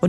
och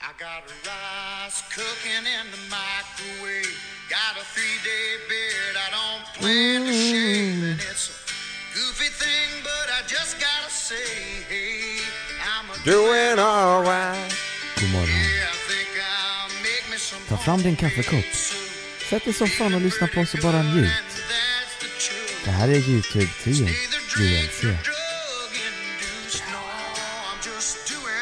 I got rice cooking in the microwave. Got a three day beard, I don't plan to shave. And it's a goofy thing, but I just gotta say, hey, I'm a Doing alright. God morgon. Yeah, I think I'll make me some Ta fram din kaffekopp. Sätt dig i soffan och lyssna på Så bara njut. That's the truth. Det här är Youtube 10 Either drink JLC. or drug induced. No, I'm just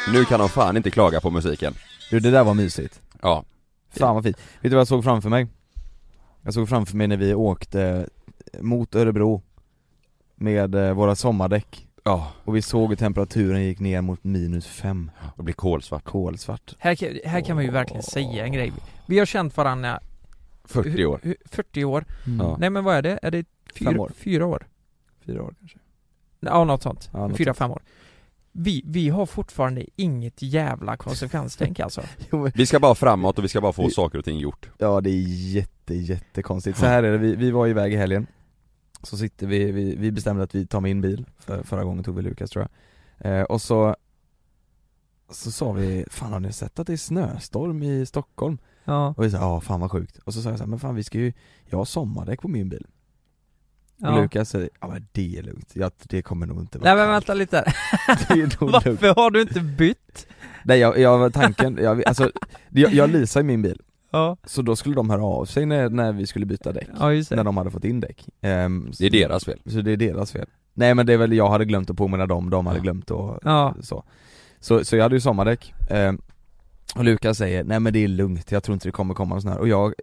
doing Nu kan de fan inte klaga på musiken. Du, det där var mysigt. Ja. Fan vad fint. Vet du vad jag såg framför mig? Jag såg framför mig när vi åkte eh, mot Örebro med eh, våra sommardäck Ja. och vi såg hur temperaturen gick ner mot minus fem, Det blir kolsvart. kolsvart. Här, kan- här kan man ju verkligen säga en grej. Vi har känt varandra 40 år. hu- hu- 40 år. Ja. Nej men vad är det? Är det fyra Fem år. Fyra år? Mm. Fyra år kanske. Ja något sånt. Ja, något fyra, sånt. fem år. Vi, vi har fortfarande inget jävla konsekvenstänk alltså. Vi ska bara framåt och vi ska bara få Vi- saker och ting gjort. Ja det är jätte, jättekonstigt. Så här är det, vi, vi var iväg i helgen Så sitter vi, vi, vi bestämde att vi tar min bil, för, förra gången tog vi Lukas tror jag eh, Och så Så sa vi, fan har ni sett att det är snöstorm i Stockholm? Ja. Och vi sa, ja fan vad sjukt Och så sa jag så här, men fan vi ska ju, jag har sommardäck på min bil Och ja. Lukas säger, ja men det är lugnt, ja, det kommer nog inte vara Nej men kallt." vänta lite. här. Det är nog lugnt. Varför har du inte bytt? Nej jag, jag, tanken, jag, alltså, jag, jag leasar ju min bil Ja, Så då skulle de höra av sig när, när vi skulle byta däck ja just när det. de hade fått in däck. Ehm, Det är deras fel. Så det är deras fel. Nej men det är väl, jag hade glömt att påminna dem, de hade Ja. glömt att Ja. så. så. Så jag hade ju sommardäck, Ehm, och Lukas säger nej men det är lugnt, jag tror inte det kommer komma någon sån här, och jag,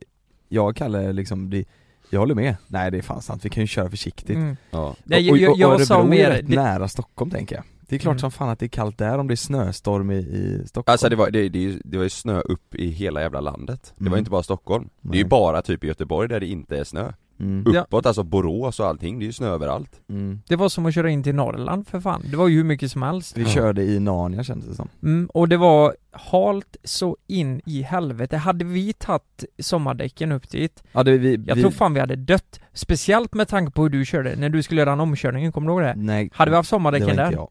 jag och Kalle liksom, det, jag håller med, nej det är fan sant, vi kan ju köra försiktigt. Mm. Ja. Nej, och, jag, jag, och, och jag sa Örebro är mer, rätt det, nära Stockholm tänker jag. Det är klart Mm. som fan att det är kallt där om det är snöstorm i, i Stockholm. Alltså det var, det, det, är ju- det var ju snö upp i hela jävla landet. Det var Mm. ju inte bara Stockholm. Det är Nej. ju bara typ i Göteborg där det inte är snö. mm. Ja. Uppåt, alltså Borås och allting, det är ju snö överallt. Mm. det var som att köra in till Norrland för fan. Det var ju hur mycket som helst. Vi körde i Narnia kändes det som. Mm, och det var halt så in i helvete. Hade vi tagit sommardäcken upp dit, Ja, det, vi, jag vi, tror fan vi hade dött. Speciellt med tanke på hur du körde, när du skulle göra den omkörningen, kommer du ihåg det? nej, Hade vi haft det var sommardäcken inte där? jag.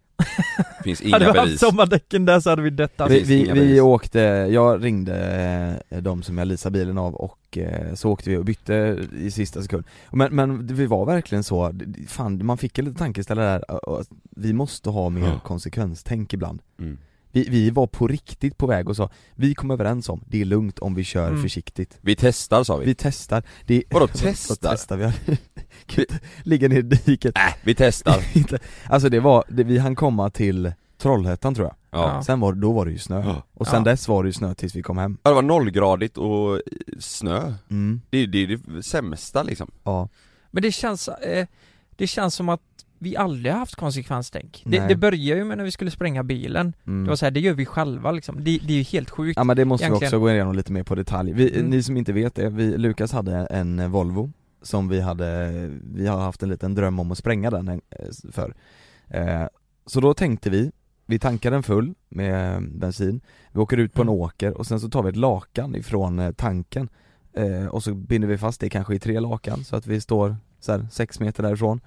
Det finns hade inga vi haft bevis. sommardäcken där så hade vi dött alltså. Vi, Precis, vi, inga vi bevis. åkte, jag ringde eh, de som jag leasade bilen av och eh, så åkte vi och bytte i sista sekund Men, men vi var verkligen så, det- det- fan man fick en liten tankeställare där, ö- ö, att vi måste ha mer Ja. konsekvenstänk ibland Mm. vi, vi var på riktigt på väg och sa, vi kom överens om, det är lugnt om vi kör Mm. försiktigt Vi testar sa vi. Vi testar, det Vadå vad testar? testar vi? Kan inte Ligga ner i diket Äh, vi testar. Inte- Alltså det var, det, vi hann komma till Trollhättan tror jag, Ja. sen var, då var det ju snö ja. och sen Ja. dess var det ju snö tills vi kom hem Det var nollgradigt och eh, snö. Mm, Det är det, är det sämsta liksom. ja. Men det känns, eh, det känns som att vi aldrig har haft konsekvenstänk. Det, Nej. det börjar ju med när vi skulle spränga bilen. Mm. Det var så här, det gör vi själva liksom. Det, det är ju helt sjukt. Ja men det måste vi egentligen. också gå igenom lite mer på detalj. Vi, Mm. Ni som inte vet det, vi, Lukas hade en Volvo som vi hade, vi har haft en liten dröm om att spränga den eh, för. Eh, så då tänkte vi, vi tankar den full med eh, bensin, vi åker ut Mm. på en åker och sen så tar vi ett lakan ifrån eh, tanken eh, och så binder vi fast det kanske i tre lakan så att vi står så här, sex meter därifrån.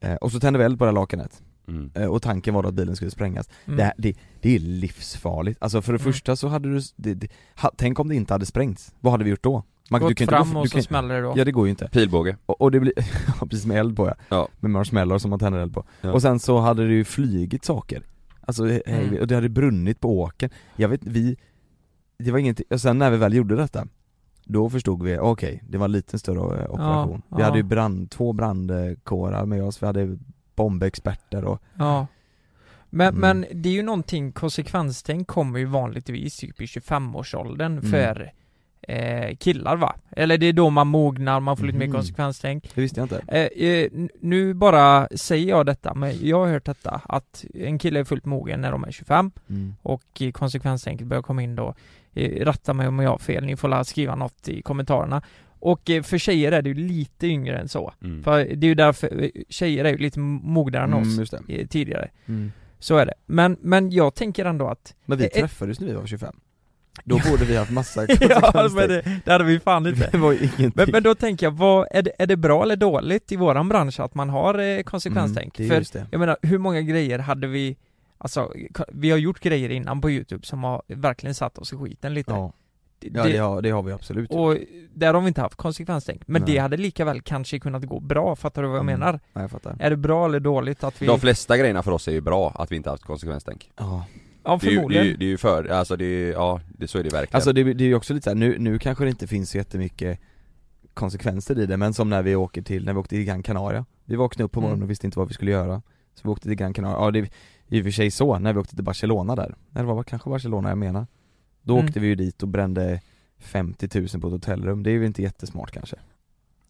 Eh, och så tänder vi eld på det här lakanet Mm. eh, och tanken var då att bilen skulle sprängas. Mm. Det, här- det, det är livsfarligt. Alltså för det Mm. första så hade du, det, det, ha, tänk om det inte hade sprängts. Vad hade vi gjort då? Man, Gått ju fram gå- och så kan- smäller det då. Ja det går ju inte. Pilbåge. Och, och det blir, ja, precis med eld på ja. Ja. Med marshmallows som man tänder eld på. Ja. Och sen så hade det ju flygit saker. Alltså, he- hej, Mm. och det hade brunnit på åkern. Jag vet vi, det var ingenting, och sen när vi väl gjorde detta Då förstod vi, okej, det var en liten större eh, operation Ja, Vi ja. hade ju brand, två brandkårar med oss, vi hade bombexperter och Ja. Men, Mm. men det är ju någonting, konsekvenstänk kommer ju vanligtvis typ i 25-årsåldern Mm. för eh, killar va? Eller det är då man mognar, man får lite mer Mhm. konsekvenstänk. det visste jag inte Eh, eh, n- nu bara säger jag detta, men jag har hört detta att en kille är fullt mogen när de är 25 mm. och eh, konsekvenstänket börjar komma in då. Eh, Rätta mig om jag har fel, ni får la skriva något i kommentarerna. Och eh, för tjejer är det ju lite yngre än så. Mm. För det är ju därför, eh, tjejer är ju lite mognare än oss Mm, just det. eh, tidigare. Mm. Så är det. Men, men jag tänker ändå att... Men vi Eh, eh. träffades när vi var 25 Då borde vi haft massa ja, men konsekvenser det, det hade vi fan inte. Det var ju ingenting Men, men då tänker jag, vad, är, det, är det bra eller dåligt i våran bransch att man har eh, konsekvenstänk? Mm, det är För just det. jag menar, hur många grejer hade vi Alltså, ko- vi har gjort grejer innan på youtube som har verkligen satt oss i skiten lite Ja, Det- ja det, har, det har vi absolut Och där har vi inte haft konsekvenstänk, men Nej. det hade lika väl kanske kunnat gå bra, fattar du vad jag Mm. menar? Ja, jag fattar Är det bra eller dåligt att vi... De flesta grejerna för oss är ju bra, att vi inte haft konsekvenstänk Ja. ja, det är, ju, det, är förmodligen ju, det är ju för, alltså det är ju, ja, det, så är det verkligen Alltså det, det är ju också lite så här, nu, nu kanske det inte finns så jättemycket konsekvenser i det men som när vi åker till, när vi åkte till Gran Canaria Vi vaknade upp på morgonen Mm. och visste inte vad vi skulle göra Så vi åkte till Gran Canaria, ja det är i och för sig så, när vi åkte till Barcelona där Eller var det kanske Barcelona jag menar Då Mm. åkte vi ju dit och brände 50 000 på ett hotellrum, det är ju inte jättesmart kanske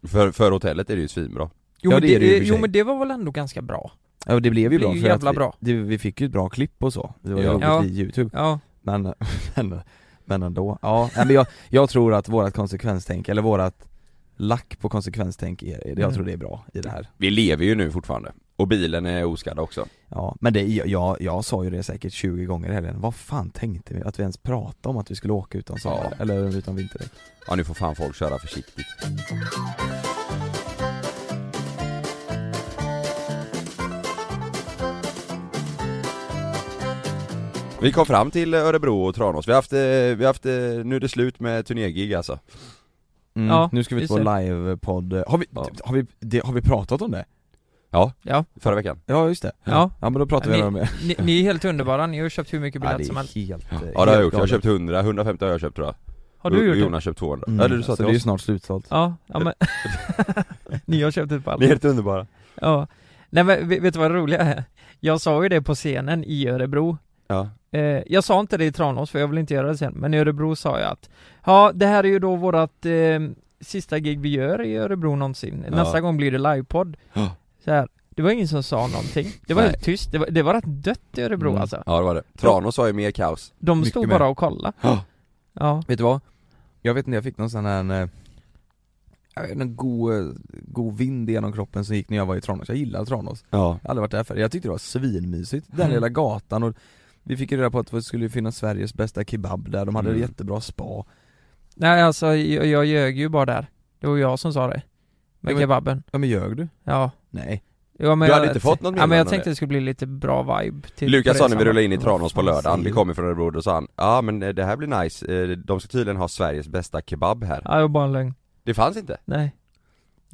för, för hotellet är det ju svinbra jo, ja, men det är det ju i och för jo sig. men det var väl ändå ganska bra? Ja det blev ju Det blir bra ju för jävla att vi, bra. Det, vi fick ju ett bra klipp och så, det var ju Ja. roligt Ja. i youtube Ja, Men, men, men ändå, ja, nej, men jag, jag tror att vårat konsekvenstänk, eller vårat lack på konsekvenstänk, är, jag Mm. tror det är bra i det här Vi lever ju nu fortfarande, och bilen är oskadd också Ja, men det, jag- jag, jag sa ju det säkert 20 gånger i helgen, vad fan tänkte vi? Att vi ens pratade om att vi skulle åka utan sommar, Ja. eller utan vinterdäck Ja nu får fan folk köra försiktigt Vi kom fram till Örebro och Tranås, vi har haft, eh, vi har haft, eh, nu är det slut med turnégig alltså mm. Ja, Nu ska vi ut på just livepodd, har vi, Ja. har, vi, det, har vi pratat om det? ja, Förra veckan Ja just det, ja. ja men då pratar vi Ni- om det Ni, ni är helt underbara, ni har köpt hur mycket Ja biljetter det som helst. är helt, Ja det har jag gjort, jag har köpt 100, 150 har jag köpt tror jag Har du gjort och det? Jonas köpt 200 mm. Eller du sa Så till det är ju oss snart slutsålt Ja, ja men Ni har köpt ett Ni är pall helt underbara Ja Nej men vet vet du vad det roliga är? Jag sa ju det på scenen i Örebro Ja, eh, Jag sa inte det i Tranås för jag vill inte göra det sen Men i Örebro sa jag att Ja det här är ju då vårat eh, sista gig vi gör i Örebro någonsin Ja. Nästa gång blir det livepodd Ja. Så här. Det var ingen som sa någonting Det var Nej. helt tyst, det var, det var rätt dött i Örebro Mm. alltså ja det var det Tranås har ju mer kaos De mycket stod mer. bara och kollade Ja. Ja Vet du vad? Jag vet inte, jag fick någon sån här eh, jag vet, inte, en god, eh, god vind genom kroppen som gick när jag var i Tranås, jag gillar Tranås Ja Jag har aldrig varit där förr, jag tyckte det var svinmysigt, den Mm. lilla gatan och vi fick ju reda på att det skulle finnas Sveriges bästa kebab där, de hade Mm. jättebra spa Nej alltså jag, jag ljög ju bara där Det var jag som sa det Ja, Med men- kebaben, Ja men ljög du? ja Nej Ja, men Du jag- hade inte fått något Ja men jag meddelande? tänkte det skulle bli lite bra vibe till Lukas på sa när vi resan. rullade in i Tranås på fan lördagen, säger vi du? kommer från Örebro, då sa han Ja men eh, det här blir nice, Eh, de ska tydligen ha Sveriges bästa kebab här Ja det var bara en lögn, Det fanns inte? nej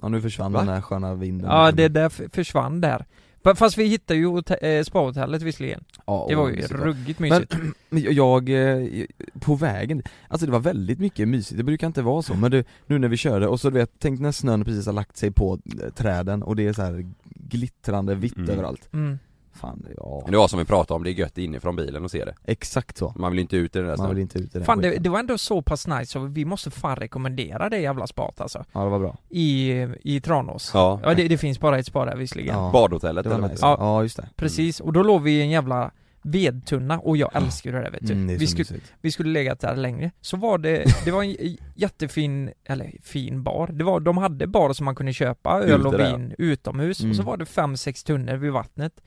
Ja nu försvann Va? den här sköna Mm. vinden Ja det där f- försvann där Fa- Fast vi hittade ju hotell- eh, spahotellet visserligen Ja, Det var åh, ju mysigt. ruggigt mysigt Men jag, eh, på vägen, alltså det var väldigt mycket mysigt, det brukar inte vara så men du, nu när vi körde och så du vet, tänk när snön precis har lagt sig på eh, träden och det är så här glittrande vitt Mm. överallt mm. Fan, ja Det var som vi pratade om, det är gött inifrån bilen och se det Exakt så, Man vill ju inte ut i den där man snön vill inte ut i den Fan det, skiten. det var ändå så pass nice så vi måste fan rekommendera det jävla spat alltså Ja det var bra I, i Tranås Ja, Ja, det, det finns bara ett spa där visserligen Ja. badhotellet Det var eller nice, Ja. ja, ja just det Precis, och då låg vi i en jävla vedtunna och jag älskar det där vet du Ah. mm, det är Typ. vi, så skulle, mysigt vi skulle legat där längre, så var det, det var en j- jättefin, eller fin bar, det var, de hade bar som man kunde köpa öl Ute och där, vin utomhus, och så Mm. var det fem, sex tunnor vid vattnet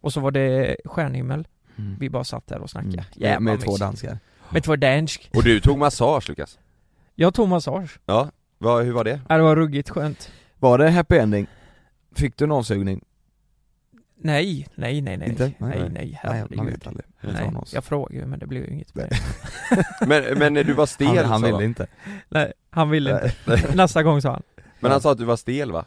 Och så var det stjärnhimmel, Mm. vi bara satt där och snackade, Mm. jävla Med, med två mysigt. danskar Med två dansk Och du tog massage Lukas? Jag tog massage, Ja, Vad- hur var det? Ja, Äh, det var ruggigt skönt Var det happy ending? Fick du en avsugning? Nej, nej, nej, nej, Inte? Nej, nej, nej. nej, Nej man vet herregud aldrig Nej, Från oss. jag frågade ju men det blev ju inget med det. Men, men eh, du var stel Han, han sa ville de. inte Nej, han ville inte. Nästa gång sa han. Men han sa att du var stel va?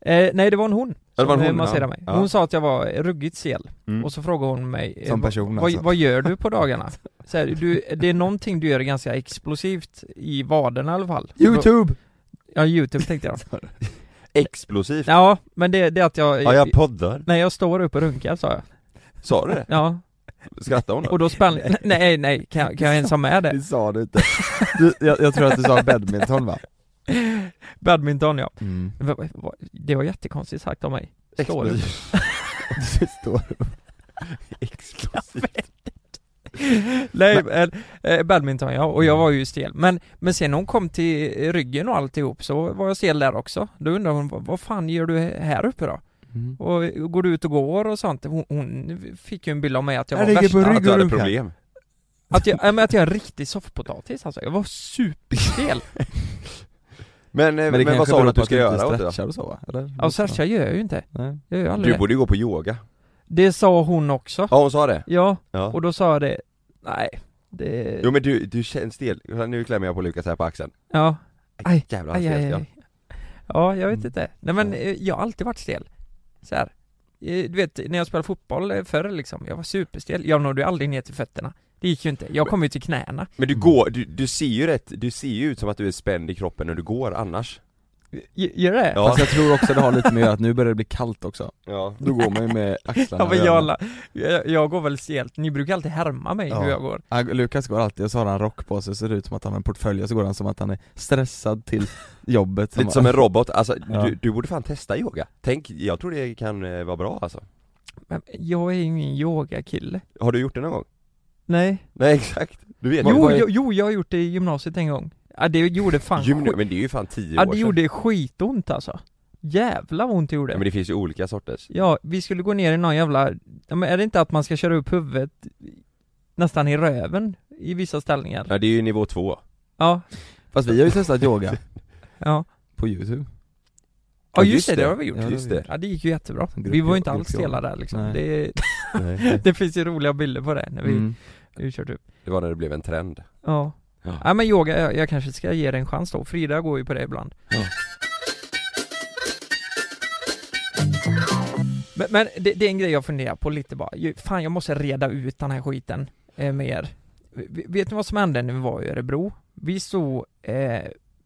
Eh, nej det var en hon Ja, det var en som, eh, hon, ja. masserade mig. Ja. Hon sa att jag var ruggigt sel Mm. och så frågade hon mig eh, Som vad- person vad, alltså. vad gör du på dagarna? så här, du, det är någonting du gör ganska explosivt i vaderna i alla fall Youtube! Ja, youtube tänkte jag Explosivt? Ja, Ja, men det, det är att jag... jag poddar. Nej, jag står upp och runkar sa jag Sa du det? Ja, Skrattade hon då? och då spann... Nej, nej, kan, jag- kan jag ens ha med det? Det sa du inte. Du, jag, jag tror att du sa badminton va? Mm. Badminton ja Va- va- va- Det var jättekonstigt sagt av mig Står upp. Explosivt. Det står Explosivt. Nej, men, eh, badminton ja, och jag var ju stel men, men sen när hon kom till ryggen och alltihop så var jag stel där också Då undrar hon, vad vad fan gör du här uppe då? Och går du ut och går och sånt? Hon, hon fick ju en bild av mig att jag Jag var ligger på värsta rygg Att du hade Ryggor. problem. Att jag, ja, men att jag är en riktig soffpotatis alltså, jag var superstel! Men, eh, Men det men vad kanske sa du beror att på du att ska du göra inte åt det då? stretchar och så va? Eller? Ja, stretch jag gör ju inte, Nej. jag gör ju aldrig Du det. borde ju gå på yoga. Det sa hon också Ja, hon sa det. Ja, Ja. och då sa jag det, nej, det... Jo men du, du känns stel. Nu klämmer jag på Lukas här på axeln. Ja, Aj. Jävlar vad aj, stelt aj, Ah, jag aj. Ja, jag vet Mm. inte. Nej men Ja. eh, jag har alltid varit stel. Så här. Eh, Du vet, när jag spelade fotboll eh, förr liksom, jag var superstel. Jag nådde ju aldrig ner till fötterna. Det gick ju inte. Jag kom ju till knäna. Men du Mm. går, du, du ser ju rätt, du ser ju ut som att du är spänd i kroppen när du går annars G- Gör det? Ja. Fast jag tror också det har lite med att göra att nu börjar det bli kallt också. Ja Då går man ju med axlarna Ja, men över. jag, la- jag, jag går väl stelt. Ni brukar alltid härma mig Ja. hur jag går. Han- Lukas går alltid och så har han rock på sig, ser det ut som att han har en portfölj och så går han som att han är stressad till jobbet Lite som en robot, alltså Ja. du, du borde fan testa yoga Tänk, jag tror det kan eh, vara bra alltså Men jag är ju ingen yogakille. Har du gjort det någon gång? Nej. Nej exakt, du vet Jo, ju jo, jo, jag har gjort det i gymnasiet en gång. Ja, det gjorde fan Gymna- skit- Men det är ju fan 10 Ja, år det sedan gjorde skitont alltså. Jävla vad ont det gjorde. ja, Men det finns ju olika sorters Ja, vi skulle gå ner i någon jävla, ja, men är det inte att man ska köra upp huvudet nästan i röven i vissa ställningar? Ja det är ju nivå två Ja, Fast vi har ju testat yoga ja. på youtube Ja just det, det har vi gjort. Ja, Just det, Ja det gick ju jättebra. En grupp- Vi var ju inte grupp- alls stela där liksom. Nej. Det, Nej. det finns ju roliga bilder på det när vi, Mm. vi kört upp. det var när det blev en trend Ja. Ja. Ja men yoga, jag, jag kanske ska ge det en chans då. Frida går ju på det ibland. Ja. Men, men det, det är en grej jag funderar på lite bara. Ju- Fan jag måste reda ut den här skiten eh, med er. V- Vet ni vad som hände när vi var i Örebro? Vi stod, eh,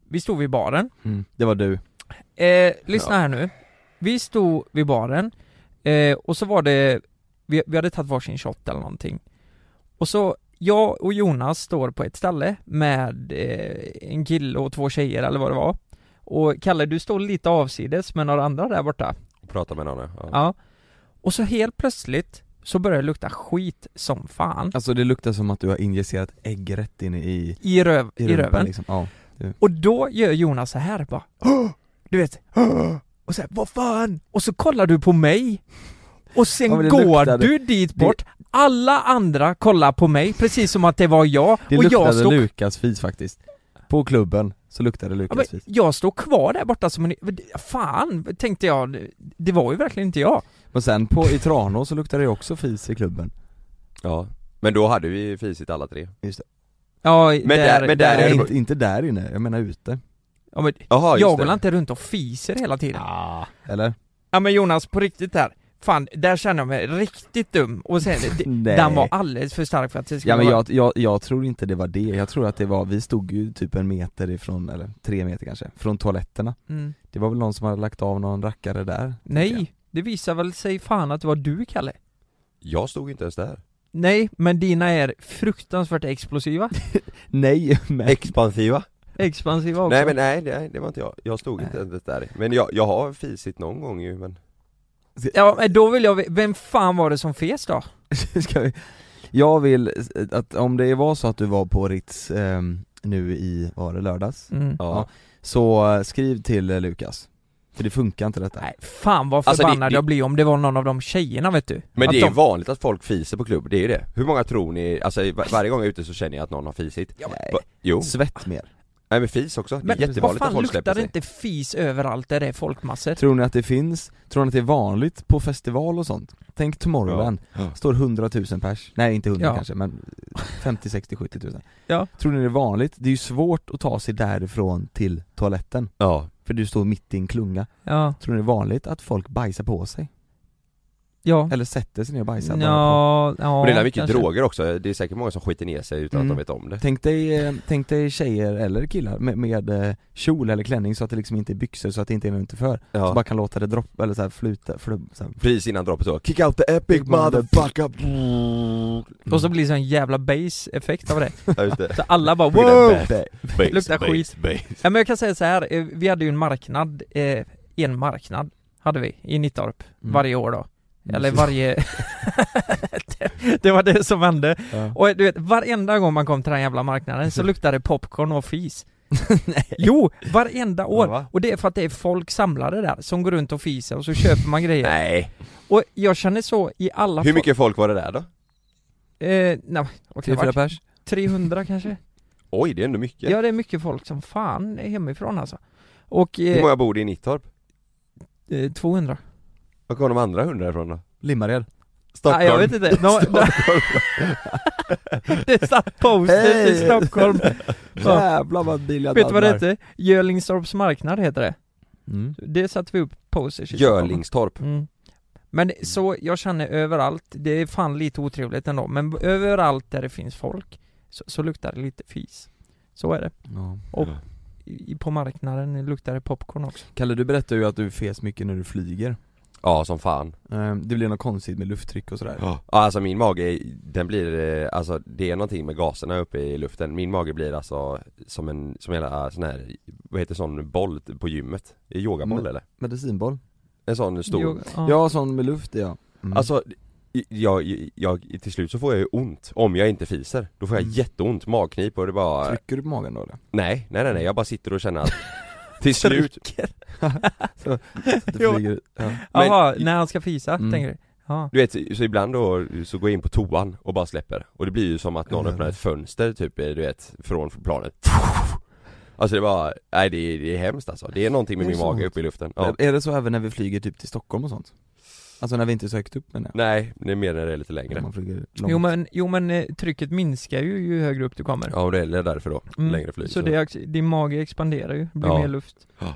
vi stod vid baren Mm. Det var du Eh, lyssna Ja. här nu. Vi stod vid baren, eh, och så var det, vi, vi hade tagit varsin shot eller någonting. Och så, jag och Jonas står på ett ställe med eh, en kille och två tjejer eller vad det var. Och Kalle, du står lite avsides med några andra där borta. och prata med någon ja. Ja. Och så helt plötsligt så börjar det lukta skit som fan. Alltså det luktar som att du har injicerat ägg rätt in i, I, röv, i, rumpan, röven. liksom. ja. Och då gör Jonas så här bara "Åh!" Du vet "Åh!" Och så här, vad fan? Och så kollar du på mig Och sen Ja, men det går luktade- du dit bort Alla andra kollar på mig precis som att det var jag Det Och jag luktade stod, Lukas fis faktiskt På klubben så luktade ja, men Lukas fis jag stod kvar där borta som en... Fan, tänkte jag Det- Det var ju verkligen inte jag Men sen på, i Tranås så luktade det också fis i klubben ja Men då hade vi fisit alla tre Ja, Men där- men där är Nej, det- inte, inte där inne, jag menar ute ja, men, Jaha, Jag just går det inte runt och fiser hela tiden Ja. Eller? Ja men Jonas, på riktigt där Fan, där känner jag mig riktigt dum och sen, det- Nej. den var alldeles för stark för att det skulle Ja men vara- jag, jag, jag tror inte det var det, jag tror att det var, vi stod ju typ en meter ifrån, eller tre meter kanske, från toaletterna mm. Det var väl någon som hade lagt av någon rackare där tänker jag. Nej, det visar väl sig fan att det var du Kalle? Jag stod inte ens där Nej, men dina är fruktansvärt explosiva, Nej men Expansiva expansiva också Nej men nej, nej, det var inte jag. Jag stod Nej. inte ens där. Men jag, jag har fisit någon gång ju men Ja men då vill jag ve- vem fan var det som fes då? ska vi, Jag vill, eh, att om det var så att du var på Ritz ehm, nu i, var det lördags? Mm. Ja. Så eh, skriv till eh, Lukas, för det funkar inte detta Nej, fan vad Alltså, förbannad det- det- jag blir om det var någon av de tjejerna vet du Men att det är ju de... vanligt att folk fiser på klubb, det är ju det. Hur många tror ni, alltså var, varje gång jag är ute så känner jag att någon har fisit. Ja, men- Va- Jo, Svett mer nej men fis också. Det är Men vad jättevanligt att fan folk släpper luktar det sig. inte fis överallt där det är folkmassor? Tror ni att det finns, tror ni att det är vanligt på festival och sånt? Tänk Tomorrowland, Ja. står 100 000 pers, nej inte 100 Ja. kanske men 50, 60, 70 000 Ja. Tror ni det är vanligt? Det är ju svårt att ta sig därifrån till toaletten, Ja. för du står mitt i en klunga Ja, Tror ni det är vanligt att folk bajsar på sig? Ja. Eller sätter sig ner och bajsar bara på. Ja, ja, Och det är mycket kanske. droger också, det är säkert många som skiter ner sig utan Mm. att de vet om det Tänk dig, eh, tänk dig tjejer eller killar med, med eh, kjol eller klänning så att det liksom inte är byxor så att det inte är något för ja. Så bara kan låta det droppa eller så här flyta, flub, så här. Precis innan droppet så, kick out the epic motherfucker! Och så blir det så en jävla bass-effekt av det. Ja just det, Så alla bara Blir det wow! bäst? Bass, Luktar bass, skit. bass. Ja, men jag kan säga så här. eh, vi hade ju en marknad, eh, en marknad hade vi i Nittorp Mm. varje år då. Eller Mm. varje... det, det var det som hände. Ja. Och du vet, varenda gång man kom till den jävla marknaden så luktade det popcorn och fis. Jo, varenda år! Ja, va? och det är för att det är folk samlade där som går runt och fiser och så köper man grejer. Nej! Och jag känner så i alla Hur mycket folk var det där då? Eh, nej, vad kan det ha varit? pers? 300 kanske? Oj, det är ändå mycket. Ja det är mycket folk som fan är hemifrån alltså. Och Hur eh, många bor det i Nittorp? eh, 200? Var kom de andra hundra ifrån då? Limmared Stockholm? Nej jag vet inte. Nå- det satt post-it i Hej! Stockholm. Ja. Jävlar vad bil jag Vet du vad det hette? Jörlingstorps marknad heter det. Mm. Det satte vi upp posters i Stockholm. Görlingstorp? Mm. Men så, jag känner överallt, det är fan lite otrevligt ändå, men överallt där det finns folk så, så luktar det lite fis. Så är det. Ja. Och- I, på marknaden luktar det popcorn också. Kalle du berättade ju att du fes mycket när du flyger Ja, som fan. Eh, Det blir något konstigt med lufttryck och sådär Ja, alltså min mage, den blir, eh, alltså det är någonting med gaserna uppe i luften. Min mage blir alltså som en, som hela sån här, vad heter sån boll på gymmet? Är det Yogaboll Mm. eller? Medicinboll? En sån stor. Jo, ja. Ja, sån med luft ja mm. Alltså, i- jag, jag, till slut så får jag ju ont om jag inte fiser. Då får jag Mm. jätteont, magknip och det bara, Trycker du på magen då eller? nej, nej nej nej, jag bara sitter och känner att till slut, Så att Jo. det flyger ja. men- Jaha, när han ska fisa, Mm. tänker du? Ja. Du vet, så ibland då så går jag in på toan och bara släpper Och det blir ju som att någon Mm. öppnar ett fönster typ, du vet, från planet Alltså det var, nej det är, det är hemskt alltså Det är någonting Är med det min så? mage uppe i luften ja. Är det så även när vi flyger typ till Stockholm och sånt? Alltså när vi inte är så högt upp menar jag? Nej, det är mer när det är lite När längre man flyger långt Jo men, jo men eh, trycket minskar ju ju högre upp du kommer. Ja och det är därför då, Mm. längre flyg Så det, ex- din mage expanderar ju, det blir Ja. mer luft. Ja.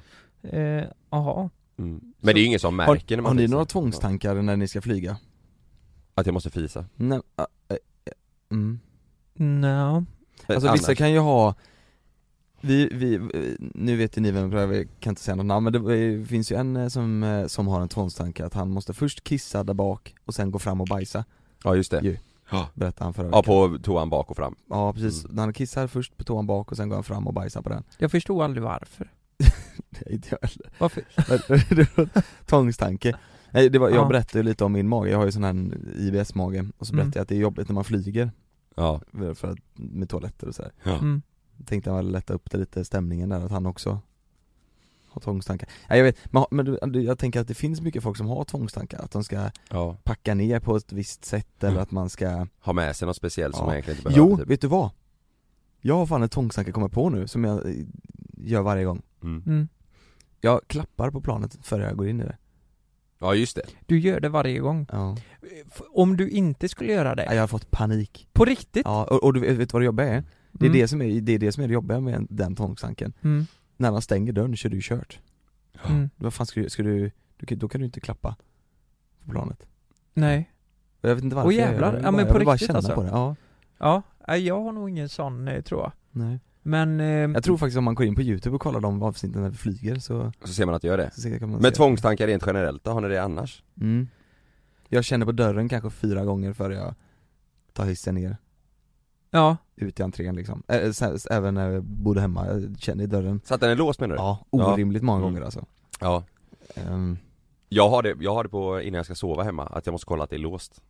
Eh, Jaha. mm. Men det är ju ingen som märker när man Har ni fiser. några tvångstankar när ni ska flyga? Att jag måste fisa Nej, äh, äh, mm. Nja. Alltså Eh, Annars. vissa kan ju ha vi, vi, eh, nu vet ju ni vem det är, jag kan inte säga något namn men det var ju- finns ju en eh, som, eh, som har en tvångstanke att han måste först kissa där bak och sen gå fram och bajsa, Ja just det Ju. berättade han förra Ja veckan på toan bak och fram Ja precis, Mm. han kissar först på toan bak och sen går han fram och bajsar på den Jag förstod aldrig varför. Det är inte jag heller. Varför? Men det var en Tvångstanke Nej, det var, jag Ja. berättade ju lite om min mage, jag har ju sån här IBS-mage och så berättade Mm. jag att det är jobbigt när man flyger Ja, för att, med toaletter och så här. ja. Mm. Tänkte jag väl lätta upp det lite stämningen där, att han också har tvångstankar. Nej jag vet, men, men du- du, jag tänker att det finns mycket folk som har tvångstankar, att de ska ja. packa ner på ett visst sätt eller Mm. att man ska Ha med sig något speciellt som Ja. man egentligen inte behöver Jo, typ. vet du vad? Jag har fan en tvångstanke kommer på nu som jag eh, gör varje gång mm. Mm. Jag klappar på planet före jag går in i det Ja just det, Du gör det varje gång. Ja, F- Om du inte skulle göra det, jag har fått panik på riktigt? Ja, och, och du vet, vet du vad det jobbiga är? Det är, Mm. det, som är, det är det som är det jobbiga med den tvångstanken Mm. När man stänger dörren så är det ju kört Mm. Vad fan ska du, ska du, du kan- då kan du inte klappa på planet Nej. Och Jag vet inte varför Åh, jag gör det. jävlar. jag vill Ja, bara, men jag på vill bara riktigt känna alltså. på det, ja Ja, nej, jag har nog ingen sån eh, tror jag. nej. Men... ehm, Jag tror faktiskt om man går in på youtube och kollar de avsnitten när vi flyger så, så ser man att jag gör det så kan man Men se. tvångstankar rent generellt då, har ni det annars? mm. Jag känner på dörren kanske fyra gånger före jag tar hissen ner Ja. ut i entrén liksom, Ä- ä- sen- även när jag bodde hemma, jag kände i dörren Så att den är låst menar du? Ja, orimligt många Mm. gånger alltså Ja. Ehm, Jag har det, jag har det på innan jag ska sova hemma, att jag måste kolla att det är låst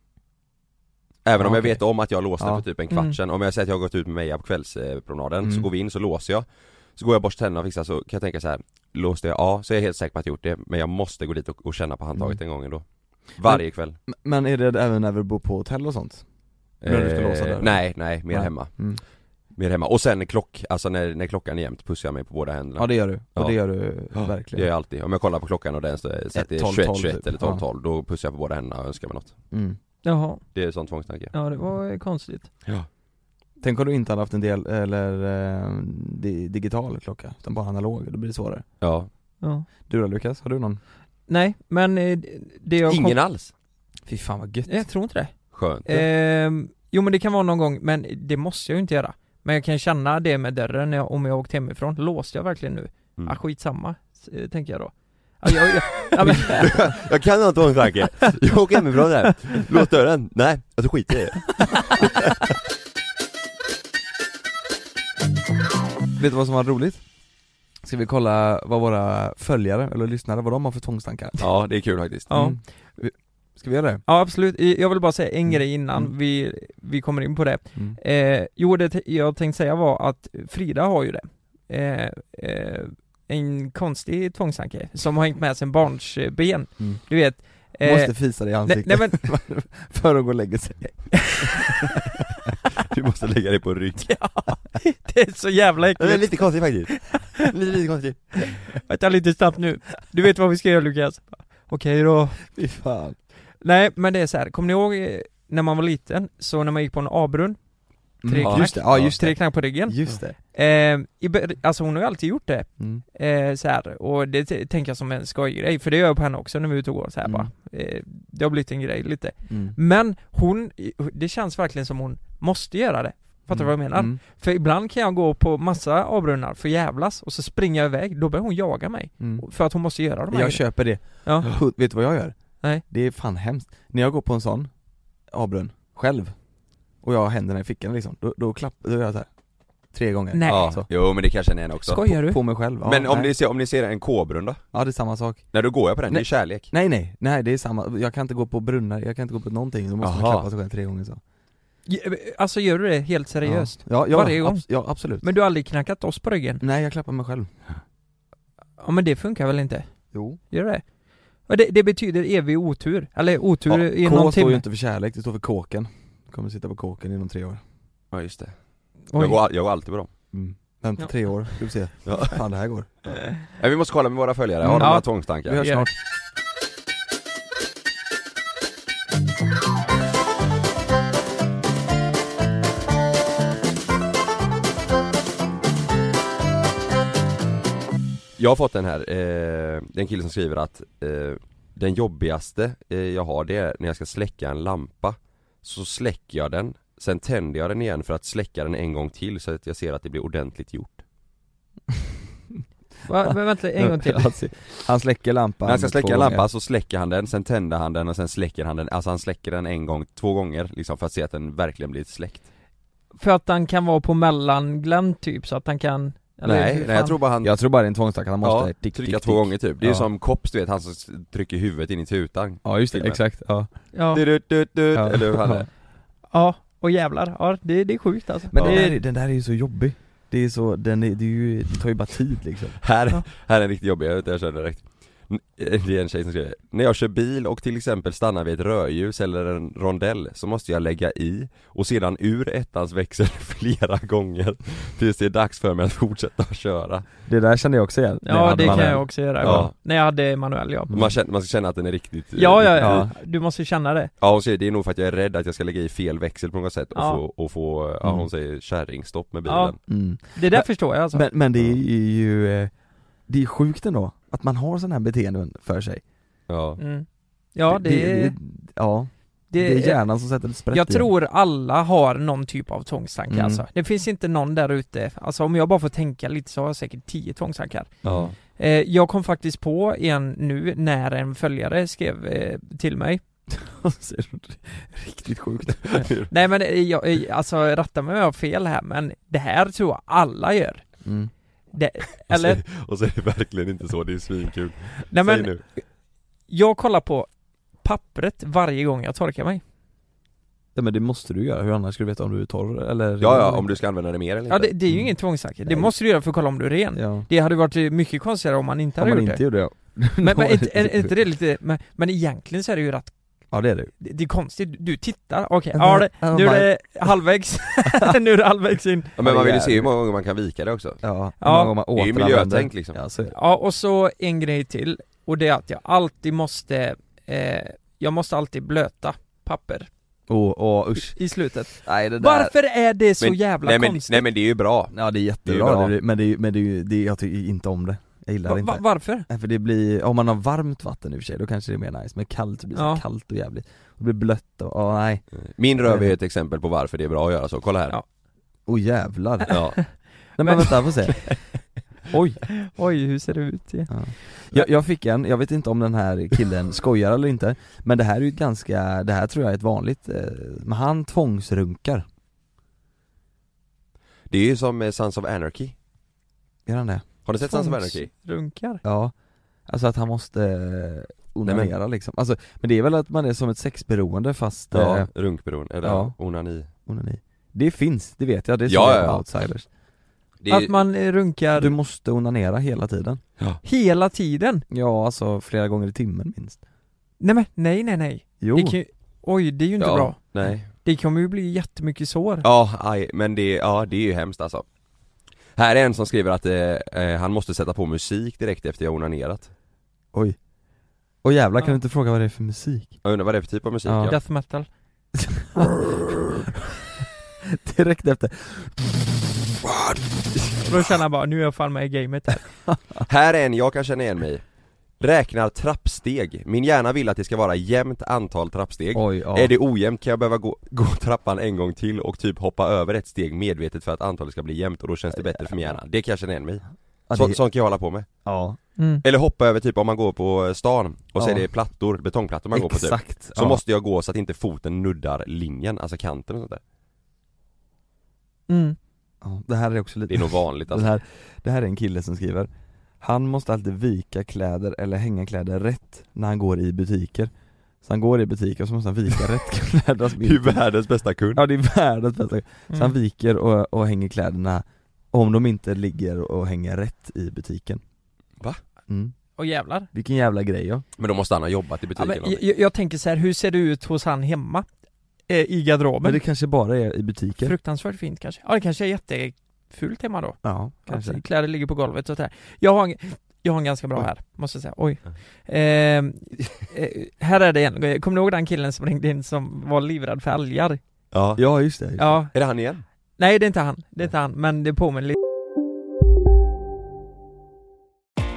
Även om Ja, jag okej. vet om att jag låste Ja. för typ en kvart Mm. sedan, om jag säger att jag har gått ut med Meja på kvällspromenaden, så Mm. går vi in så låser jag Så går jag och borstar tänderna och fixar så kan jag tänka så här. låste jag? Ja, så är jag helt säker på att jag gjort det, men jag måste gå dit och, och känna på handtaget Mm. en gång ändå Varje kväll m- Men är det även när vi bor på hotell och sånt? när du ska låsa dörren? Eh, Nej, nej, mer Nej. hemma Mm. Mer hemma, och sen klock, alltså när, när klockan är jämnt pussar jag mig på båda händerna Ja det gör du, och Ja. det gör du Ja, verkligen Det gör jag alltid, om jag kollar på klockan och den står- så att det är 12, 21, 12, 21 typ. eller 12, 12, då pussar jag på båda händerna och önskar mig något mm. Jaha. Det är sån tvångstanke Ja, det var eh, konstigt. Tänk om du inte hade haft en del, eller eh, di- digital klocka, utan bara analog, då blir det svårare Ja, Ja. Du då Lukas, har du någon? Nej, men eh, det jag kom... ingen alls! Fy fan vad gött Jag tror inte det. Skönt Ehm, jo men det kan vara någon gång, men det måste jag ju inte göra. Men jag kan känna det med dörren när jag, om jag åkt hemifrån, låste jag verkligen nu? Mm. Ah, skitsamma, s- eh, tänker jag då. Ja, jag, jag, ja, men, Jag kan ha en tvångstanke, jag åker hemifrån där, lås dörren, nej, alltså skit i det Vet du vad som var roligt? Ska vi kolla vad våra följare, eller lyssnare, vad de har för tvångstankar? Ja det är kul faktiskt ja. Mm. Vi- Ska vi göra det? ja absolut, I- jag vill bara säga en Mm. grej innan Mm. vi, vi kommer in på det. Mm. Eh, jo, det t- jag tänkte säga var att Frida har ju det. Eh, eh, en konstig tvångstanke som har hängt med sen barnsben. Mm. Du vet eh, Måste fisa dig i nej, ansiktet nej men, för att gå och lägga sig Du måste lägga dig på rygg det är så jävla Det är äckligt. lite konstigt faktiskt, lite, lite konstigt Vänta lite snabbt nu. Du vet vad vi ska göra Lukas? Okej då. Fy fan Nej men det är så här. kommer ni ihåg eh, när man var liten, så när man gick på en A-brunn, Mm, Tre ja, knack. Just det, ja just tre det, knack på ryggen. just det Eh, i, bör- alltså hon har ju alltid gjort det. mm. Eh, så här, och det t- tänker jag som en skojgrej, för det gör jag på henne också när vi är ute och går så här Mm. bara. Eh, det har blivit en grej lite. Mm. Men hon, det känns verkligen som hon måste göra det. Fattar du vad jag menar? Mm. För ibland kan jag gå på massa avbrunnar för jävlas och så springer jag iväg, då börjar hon jaga mig. Mm. För att hon måste göra de här Jag grejerna. köper det, Ja. Hu- vet du vad jag gör? Nej. Det är fan hemskt, när jag går på en sån avbrunn, själv och jag har händerna i fickan liksom, då, då klappar, då gör jag så här. tre gånger Nej. Ja, så. jo men det kanske är en också Skojar du? På mig själv, ja, Men om nej. ni, ser, om ni ser en K-brunn då? Ja det är samma sak Nej då går jag på den, det är Nej. kärlek Nej nej, nej det är samma, jag kan inte gå på brunnar, jag kan inte gå på någonting, då måste man Aha. klappa sig själv tre gånger så Ge- Alltså gör du det helt seriöst? Ja, ja, Varje ja, gång. abs- ja absolut Men du har aldrig knackat oss på ryggen? Nej jag klappar mig själv Ja men det funkar väl inte? Jo Gör det? Och det, det betyder evig otur, eller otur ja, i K står någon timme ju inte för kärlek, det står för kåken Kommer sitta på kåken inom tre år Ja just det Oj. jag går, all- jag går alltid på dem mm. Vänta Ja. tre år, ska vi se Ja. fan det här går Nej, Vi måste kolla med våra följare, har Mm. de några Ja. tvångstankar? Vi hörs Ja. snart Jag har fått den här, eh, det är en kille som skriver att eh, Den jobbigaste eh, jag har det är när jag ska släcka en lampa Så släcker jag den, sen tänder jag den igen för att släcka den en gång till så att jag ser att det blir ordentligt gjort Va, men vänta en gång till. Han se- alltså, Han släcker lampan När han ska släcka två en lampa gånger. så släcker han den, sen tänder han den och sen släcker han den Alltså han släcker den en gång, två gånger liksom för att se att den verkligen blir släckt För att han kan vara på mellanglänt typ, så att han kan... eller hur Nej, nej jag fan? tror bara han Jag tror bara det är en tvångstanke, han måste ja, tick, trycka tick, två tick. gånger typ, det är Ja. ju som Kops du vet, han som s- trycker huvudet in i tutan Ja just det, Filmen. exakt, ja Ja, Du, du, du, du, Ja. Eller hur han är ja och jävlar, ja det, det är sjukt alltså. Men Ja. den, där, är- den där är ju så jobbig Det är så, den är, det, är ju, det tar ju bara tid liksom Här, Ja. här är en riktigt jobbig, jag, vet, jag känner direkt N- Det är en tjej som skriver När jag kör bil och till exempel stannar vid ett rödljus eller en rondell så måste jag lägga i och sedan ur ettans växel flera gånger Tills det är dags för mig att fortsätta att köra Det där kände jag också igen när Ja hade det kan manuell. jag också göra. Ja. När jag hade manuell ja. Man, känner, man ska känna att den är riktigt Ja, ja, ja. Ja. Du måste känna det. ja hon säger det är nog för att jag är rädd att jag ska lägga i fel växel på något sätt och Ja. få, och få ja, hon Mm. säger kärringstopp med bilen Ja. mm. Det där Men- förstår jag alltså. men, men det är ju, eh, det är sjukt ändå Att man har sådana här beteenden för sig Ja. mm. Ja, det, det Ja, det, är hjärnan som sätter sprätt Jag i tror alla har någon typ av tvångstanke Mm. alltså. Det finns inte någon där ute, alltså om jag bara får tänka lite så har jag säkert tio tvångstankar. Ja. Eh, jag kom faktiskt på en nu när en följare skrev eh, till mig. Ser du det? Riktigt sjukt Nej men eh, jag, eh, alltså rätta mig om jag har fel här men det här tror jag alla gör. mm. Det, eller? Och så är det verkligen inte så, det är svinkul Nej Säg men nu. jag kollar på pappret varje gång jag torkar mig. Ja men det måste du göra, hur annars ska du veta om du är torr eller Ja, ja, om du ska använda det mer eller Ja det, inte det är ju Mm. ingen tvångstanke, det Nej. måste du göra för att kolla om du är ren. Ja, Det hade varit eh, mycket konstigare om man inte om hade man gjort det. inte gjorde det Men, men är, är, är inte det lite, men, men egentligen så är det ju rätt, Ja det är det ju det, det är konstigt, du tittar, okej, ja, det- nu är det halvvägs, nu är det halvvägs in Ja, men man vill ju se hur många gånger man kan vika det också Ja, Ja. hur många gånger man Det är ju återanvänder. miljötänk liksom Ja, så är det. Ja och så en grej till, och det är att jag alltid måste, eh, jag måste alltid blöta papper Åh, åh usch i slutet Nej det Varför är det så Men- jävla nej, men, konstigt? nej men det är ju bra Ja det är Det är ju jättebra, bra. det är men det är ju, men det är ju, det, jag tycker inte om det jag gillar Va, det inte va, varför? Nej, för det blir, om man har varmt vatten i och för sig, då kanske det är mer nice, men kallt blir det Ja. så kallt och jävligt Det blir blött och, åh nej, Min röv är ett exempel på varför det är bra att göra så, kolla här Mm. Ja. åh jävlar Ja. Nej men vänta, jag får se Oj! Oj, hur ser det ut? Ja. Typ. Jag, jag fick en, jag vet inte om den här killen skojar eller inte Men det här är ju ett ganska, det här tror jag är ett vanligt, eh, men han tvångsrunkar Det är ju som eh, Sons of Anarchy Gör han det? Har ni sett Sons of Anarchy? Runkar? Ja Alltså att han måste eh, onanera liksom, alltså, men det är väl att man är som ett sexberoende fast eh, Ja, runkberoende, eller Ja. onani onani Det finns, det vet jag, det är ja, Ja, ja, på ja. outsiders det Att man eh, runkar Du måste onanera hela tiden hela tiden? Ja, alltså flera gånger i timmen minst Nej men, nej nej nej. Jo, Det kan ju, oj, det är ju inte ja, bra. Nej Det kommer ju bli jättemycket sår. Ja, aj, men det, ja, det är ju hemskt alltså Här är en som skriver att eh, eh, han måste sätta på musik direkt efter jag onanerat oj Åh jävlar, kan Ja. du inte fråga vad det är för musik? Jag undrar vad det är för typ av musik Ja. ja. Death metal. Direkt efter, Då känner jag bara, nu är jag fan med i gamet här. Här är en jag kan känna igen mig i. Räknar trappsteg, min hjärna vill att det ska vara jämnt antal trappsteg oj, ja Är det ojämnt kan jag behöva gå, gå trappan en gång till och typ hoppa över ett steg medvetet för att antalet ska bli jämnt och då känns det bättre för min hjärna Det kan jag känna igen mig i. ja, så, det, Sånt kan jag hålla på med ja, Mm. Eller hoppa över typ om man går på stan och så är Ja. det plattor, betongplattor man går på typ exakt Så ja. måste jag gå så att inte foten nuddar linjen, alltså kanten och sånt där Mm. ja, Det här är också lite Det är nog vanligt det, alltså här, det här är en kille som skriver Han måste alltid vika kläder eller hänga kläder rätt när han går i butiker Så han går i butiker och så måste han vika rätt kläder som Det är ju inte- världens bästa kund Ja det är världens bästa Så han Mm. viker och, och hänger kläderna om de inte ligger och hänger rätt i butiken Va? Mm. Och jävlar. Vilken jävla grej ja. Men då måste han ha jobbat i Ja, butiken men, eller någonting. jag, jag tänker så här, hur ser det ut hos han hemma? Eh, I garderoben? Men det kanske bara är i butiker? Fruktansvärt fint kanske. Ja, det kanske är jättefult hemma då. ja, kanske Att kläder ligger på golvet och sådär. Jag har en, jag har en ganska bra Oj. här, måste jag säga. Oj. Ehm, Eh, här är det en. Kommer ni ihåg den killen som ringde in som var livrädd för algar? Ja. Ja just det, just det. Ja. Är det han igen? Nej, det är inte han. Det är inte han, men det påminner lite.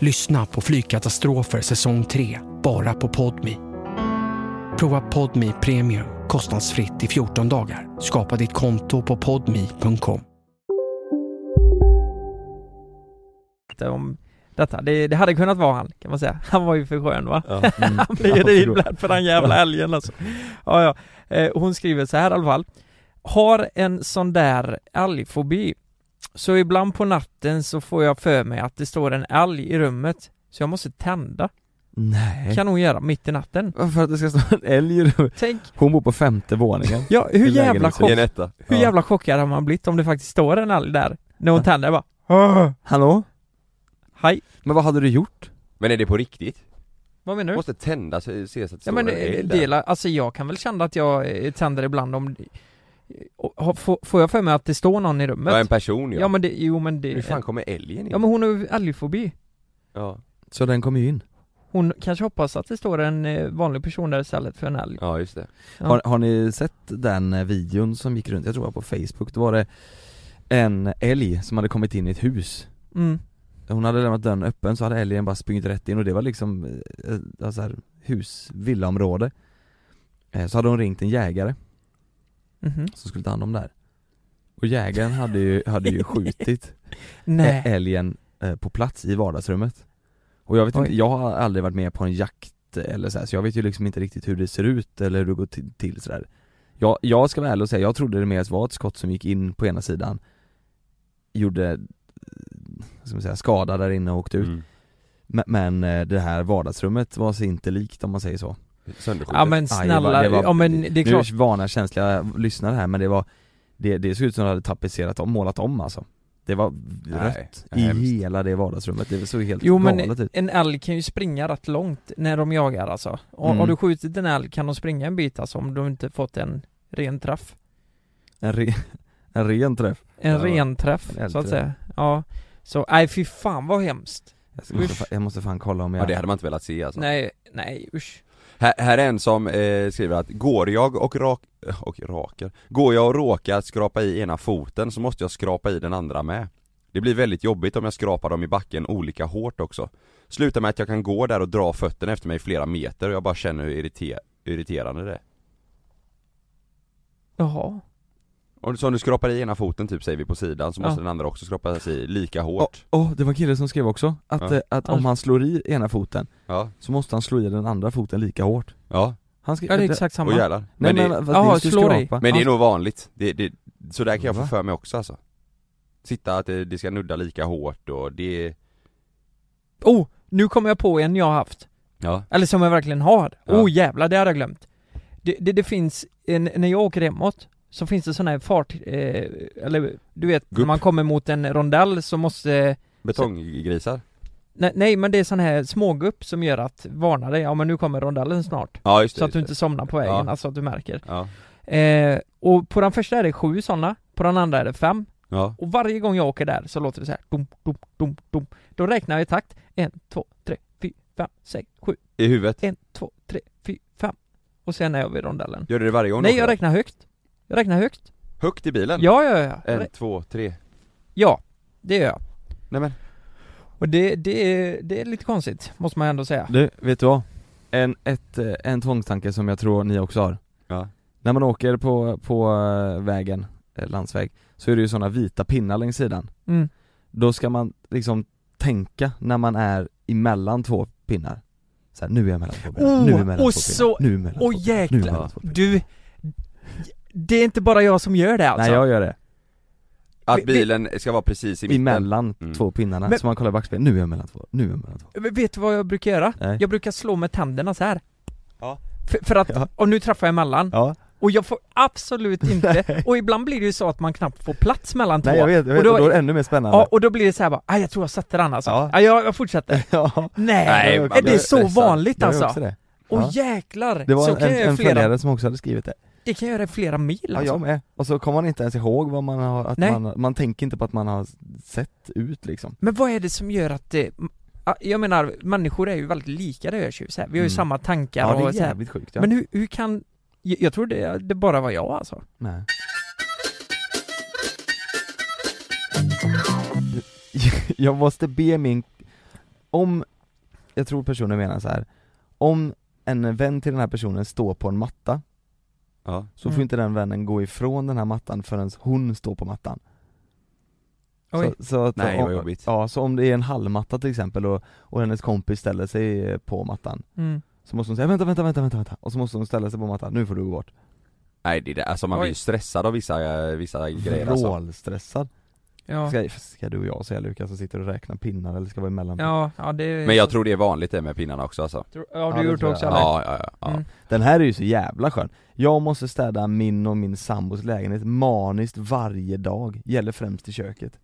Lyssna på Flygkatastrofer säsong 3, bara på Podmi. Prova Podmi Premium kostnadsfritt i 14 dagar. Skapa ditt konto på podmi.com. om detta. Det, det hade kunnat vara han, kan man säga. Han var ju för skön va? Ja. han blev Mm. Ja, livrädd för den jävla älgen alltså. Ja, ja. Eh, hon skriver så här i alla fall. Har en sån där älgfobi. Så ibland på natten så får jag för mig att det står en älg i rummet. Så jag måste tända. Nej Kan hon göra mitt i natten. Varför att det ska stå en älg i rummet? Tänk, Hon bor på femte våningen ja hur I lägenheten. jävla, chock, Det är en etta hur liksom Ja. jävla chockad har man blivit om det faktiskt står en älg där. När hon Ja. tänder bara. "Åh, Hallå? Hej. Men vad hade du gjort? Men är det på riktigt? Vad menar du? Måste tända så ses att det Ja men står en eld där. dela, alltså jag kan väl känna att jag eh, tänder ibland om eh, och ha- få- Får jag för mig att det står någon i rummet? Ja en person ja, ja men det, jo men det Hur fan kommer älgen in? Ja men hon har ju älgfobi ja. Så den kom ju in Hon kanske hoppas att det står en eh, vanlig person där istället för en älg Ja just det. Ja. Har, har ni sett den eh, videon som gick runt, jag tror det var på Facebook, då var det en älg som hade kommit in i ett hus mm. Hon hade lämnat dörren öppen så hade älgen bara sprungit rätt in och det var liksom eh, eh, så här, hus, villaområde Eh, Så hade hon ringt en jägare Mhm. som skulle ta hand om det här Och jägaren hade ju, hade ju skjutit Nej, ä- älgen eh, på plats i vardagsrummet Och jag vet inte, Oj. jag har aldrig varit med på en jakt eller så, här, så jag vet ju liksom inte riktigt hur det ser ut eller hur det går till, till sådär jag, jag ska vara ärlig och säga, jag trodde det mer var ett skott som gick in på ena sidan Gjorde, eh, vad ska man säga, skada där inne och åkte ut Mm. men, men eh, det här vardagsrummet var sig inte likt om man säger så Sönderskjutet. ja men det var- snälla, det var- ja men det är Nu klart är varnar känsliga lyssnare här men det var Det, det såg ut som de hade tapetserat om, målat om alltså Det var rött nej, i hemskt. hela det vardagsrummet, det såg helt Jo galet men ut en älg kan ju springa rätt långt när de jagar alltså. Har, Mm. har du skjutit en älg kan de springa en bit alltså om du inte fått en ren träff. En, re, en ren träff En Ja, ren träff en så att älgträff. säga. Ja. Så, nej fy fan vad hemskt. jag, ska- måste, Usch. fa- jag måste fan kolla om jag... Ja det hade man inte velat se alltså. Nej, nej usch. Här, här är en som eh, skriver att går jag och rak... eh, och raker? Går jag och råkar skrapa i ena foten så måste jag skrapa i den andra med. Det blir väldigt jobbigt om jag skrapar dem i backen olika hårt också. Slutar med att jag kan gå där och dra fötterna efter mig flera meter och jag bara känner hur irriter- irriterande det är. Jaha. Om, så om du skrapar i ena foten typ säger vi på sidan så måste Ja. den andra också skrapas i lika Åh, hårt. åh, det var en kille som skrev också att, Ja. eh, att om Alltså- han slår i ena foten Ja, så måste han slå i den andra foten lika hårt ja, Han skrev... Ja det är det- exakt samma. och jävlar. Nej men, men, det, vad- Jaha, det är ju slår i. skrapa. men det är nog vanligt. Det, det, så där kan jag få Va? för mig också alltså. Sitta att eh, det, det ska nudda lika hårt och det, Oh, nu kommer jag på en jag har haft. ja. Eller som jag verkligen har. Ja. Oh jävlar, det hade jag glömt. Det, det, det finns, en, när jag åker hemåt, så finns det sådana här fart, eh, eller du vet, när Gupp. man kommer mot en rondell så måste eh, Betonggrisar? Nej, nej men det är sån här smågupp som gör att varna dig, ja men nu kommer rondellen snart Ja just det, Så att du just inte somnar på vägen, Ja. alltså att du märker det. Ja, eh, Och på den första är det sju sådana, på den andra är det fem ja, Och varje gång jag åker där så låter det så här dum, dum, dum, dum Då räknar jag i takt, en, två, tre, fyra, fem, sex, sju, i huvudet. en, två, tre, fyra, fem Och sen är jag vid rondellen Gör du det varje gång du Nej åker? jag räknar högt Jag räknar högt Högt i bilen? Ja, ja, ja, ja, En, två, tre. ja det gör jag Nej men, Och det, det, är, det är lite konstigt, måste man ändå säga Du, vet du vad? En, ett, eh, en tvångstanke som jag tror ni också har Ja. När man åker på, på eh, vägen, eh, landsväg, så är det ju sådana vita pinnar längs sidan mm. Då ska man liksom tänka när man är emellan två pinnar så här, nu är jag mellan två pinnar, Oh, nu är jag mellan och två så- pinnar, nu är jag mellan Åh två pinnar, nu är jag jäklar! mellan två pinnar. Du, det är inte bara jag som gör det alltså? Nej jag gör det, att Vi- vi- bilen ska vara precis i mitten. emellan Mm. två pinnarna, Men- så man kollar i backspegeln, nu är jag mellan två, nu är jag mellan två Men Vet du vad jag brukar göra? Nej. Jag brukar slå med tänderna så här. Ja. För, för att, Ja. och nu träffar jag emellan, Ja, och jag får absolut inte, och ibland blir det ju så att man knappt får plats mellan två nej jag vet, jag vet, och, då, och då är det ännu mer spännande ja, och då blir det så här bara, "Aj, jag tror jag sätter den alltså, Ja. ja. jag, jag fortsätter Ja, Nej, Nej, man är blir det så stressad. vanligt jag gör alltså? också det Åh Ja. jäklar! Det var så kan jag en, göra en flera, följare som också hade skrivit det det kan jag göra i flera mil Ja, alltså. jag med. Och så kommer man inte ens ihåg vad man har, att Nej. man, man tänker inte på att man har sett ut liksom Men vad är det som gör att det, ja, jag menar, människor är ju väldigt lika det görs ju så här. vi har ju Mm. samma tankar Ja, det är och så här. jävligt sjukt ja. Men hur, hur kan, jag, jag tror det, det bara var jag alltså Nej. Jag måste be min, om, jag tror personen menar så här. om en vän till den här personen står på en matta Ja. så får Mm. inte den vännen gå ifrån den här mattan förrän hon står på mattan Oj. Så, så att, Nej, om, vad jobbigt. Ja, så om det är en halvmatta till exempel och, och hennes kompis ställer sig eh, på mattan mm. Så måste hon säga vänta, vänta, vänta, vänta, vänta och så måste hon ställa sig på mattan, nu får du gå bort Nej det är det, alltså man blir ju Oj. stressad av vissa, vissa grejer alltså. Vrålstressad ja. ska, ska du och jag säga Lukas som sitter och räknar pinnar eller ska vara emellan ja, ja det Men jag tror det är vanligt det med pinnarna också alltså. Tror- Ja Ja, du det gjort tror också jag. eller? Ja, ja, ja. ja. Mm. Den här är ju så jävla skön Jag måste städa min och min sambos lägenhet maniskt varje dag, gäller främst i köket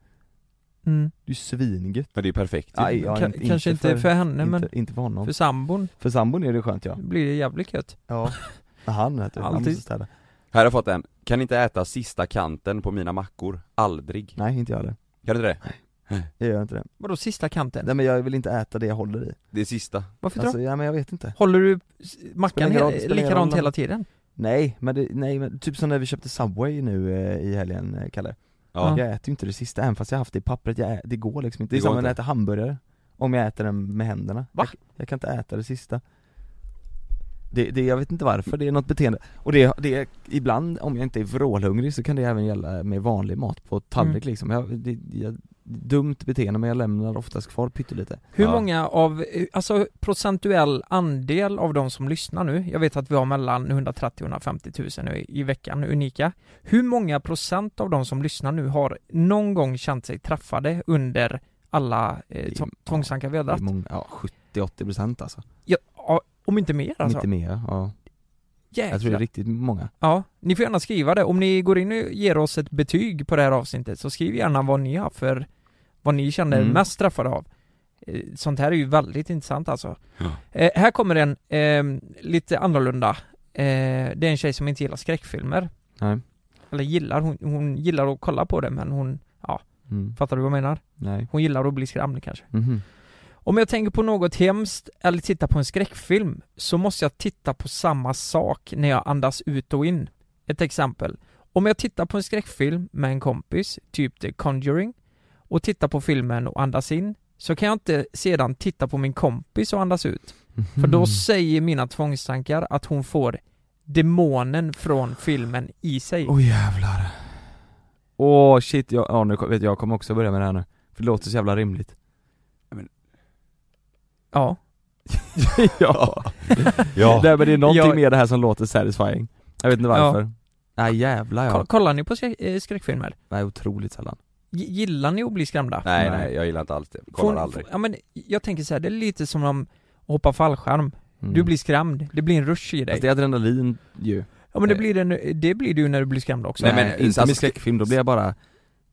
Mm. Det är ju svingött Men det är perfekt. Aj, ja, Ka- inte- Kanske inte inte för, för- henne men inte, inte för honom, för för, sambon sambon är det skönt ja blir det jävligt gött Ja Han vet du, han Alltid. måste städa Här har jag fått en. Kan inte äta sista kanten på mina mackor. Aldrig. Nej inte jag heller Kan du inte det? Jag gör inte det. Vadå sista kanten? Nej men jag vill inte äta det jag håller i. Det sista. Varför Alltså, då? ja men jag vet inte. Håller du s- mackan ingen roll, hel, det spelar ingen likadant roll. hela tiden? Nej men, det, nej men typ som när vi köpte Subway nu eh, i helgen, eh, Kalle. Ja. Jag äter ju inte det sista även fast jag haft det i pappret, jag ä, det går liksom inte. Det är Det går samma när jag inte. äter hamburgare, om jag äter den med händerna. Va? Jag, jag kan inte äta det sista. Det, det, jag vet inte varför, det är något beteende. Och det, det, ibland om jag inte är vrålhungrig så kan det även gälla med vanlig mat på tallrik liksom. Jag, det, jag, dumt beteende men jag lämnar oftast kvar pyttelite. Hur Ja. många av, eh, alltså procentuell andel av de som lyssnar nu, jag vet att vi har mellan 130 och 150 000 nu i i veckan, unika. Hur många procent av de som lyssnar nu har någon gång känt sig träffade under alla eh, är- tå- tvångstankar vi har Det är dragit? många, ja 70-80% alltså. Ja, ja, om inte mer alltså. Inte mer, ja. Jag tror det är Jäklar. riktigt många. Ja, ni får gärna skriva det. Om ni går in och ger oss ett betyg på det här avsnittet så skriv gärna vad ni har för, vad ni känner er Mm. mest träffade av. Eh, Sånt här är ju väldigt intressant alltså. Ja. Eh, här kommer en eh, lite annorlunda. Eh, det är en tjej som inte gillar skräckfilmer. Nej. Eller gillar, hon, hon gillar att kolla på det men hon, Mm. fattar du vad jag menar? Nej. Hon gillar att bli skrämd kanske. Mhm. Om jag tänker på något hemskt eller tittar på en skräckfilm så måste jag titta på samma sak när jag andas ut och in. Ett exempel. Om jag tittar på en skräckfilm med en kompis, typ The Conjuring, och tittar på filmen och andas in så kan jag inte sedan titta på min kompis och andas ut. För då Mhm. säger mina tvångstankar att hon får demonen från filmen i sig. Åh oh, jävlar Åh shit, jag, ja, nu kom- vet jag, jag kommer också börja med det här nu För det låter så jävla rimligt Ja. Ja, Ja. Nej, men det är någonting Jag- med det här som låter satisfying Jag vet inte varför Nej jävlar ja, Ko- Kollar ni på skrä- eh, skräckfilmer? nej otroligt sällan G- Gillar ni att bli skrämda? Nej Nej. nej, jag gillar inte alls det. Kollar Från- aldrig. Ja men jag tänker så här, det är lite som om att hoppa fallskärm. Mm. Du blir skrämd, det blir en rush i dig. Fast det Eh. är adrenalin ju ja men det blir, det, det blir det ju när du blir skrämd också. Eh, Nej, men- inte alltså, med skräckfilm, då blir jag bara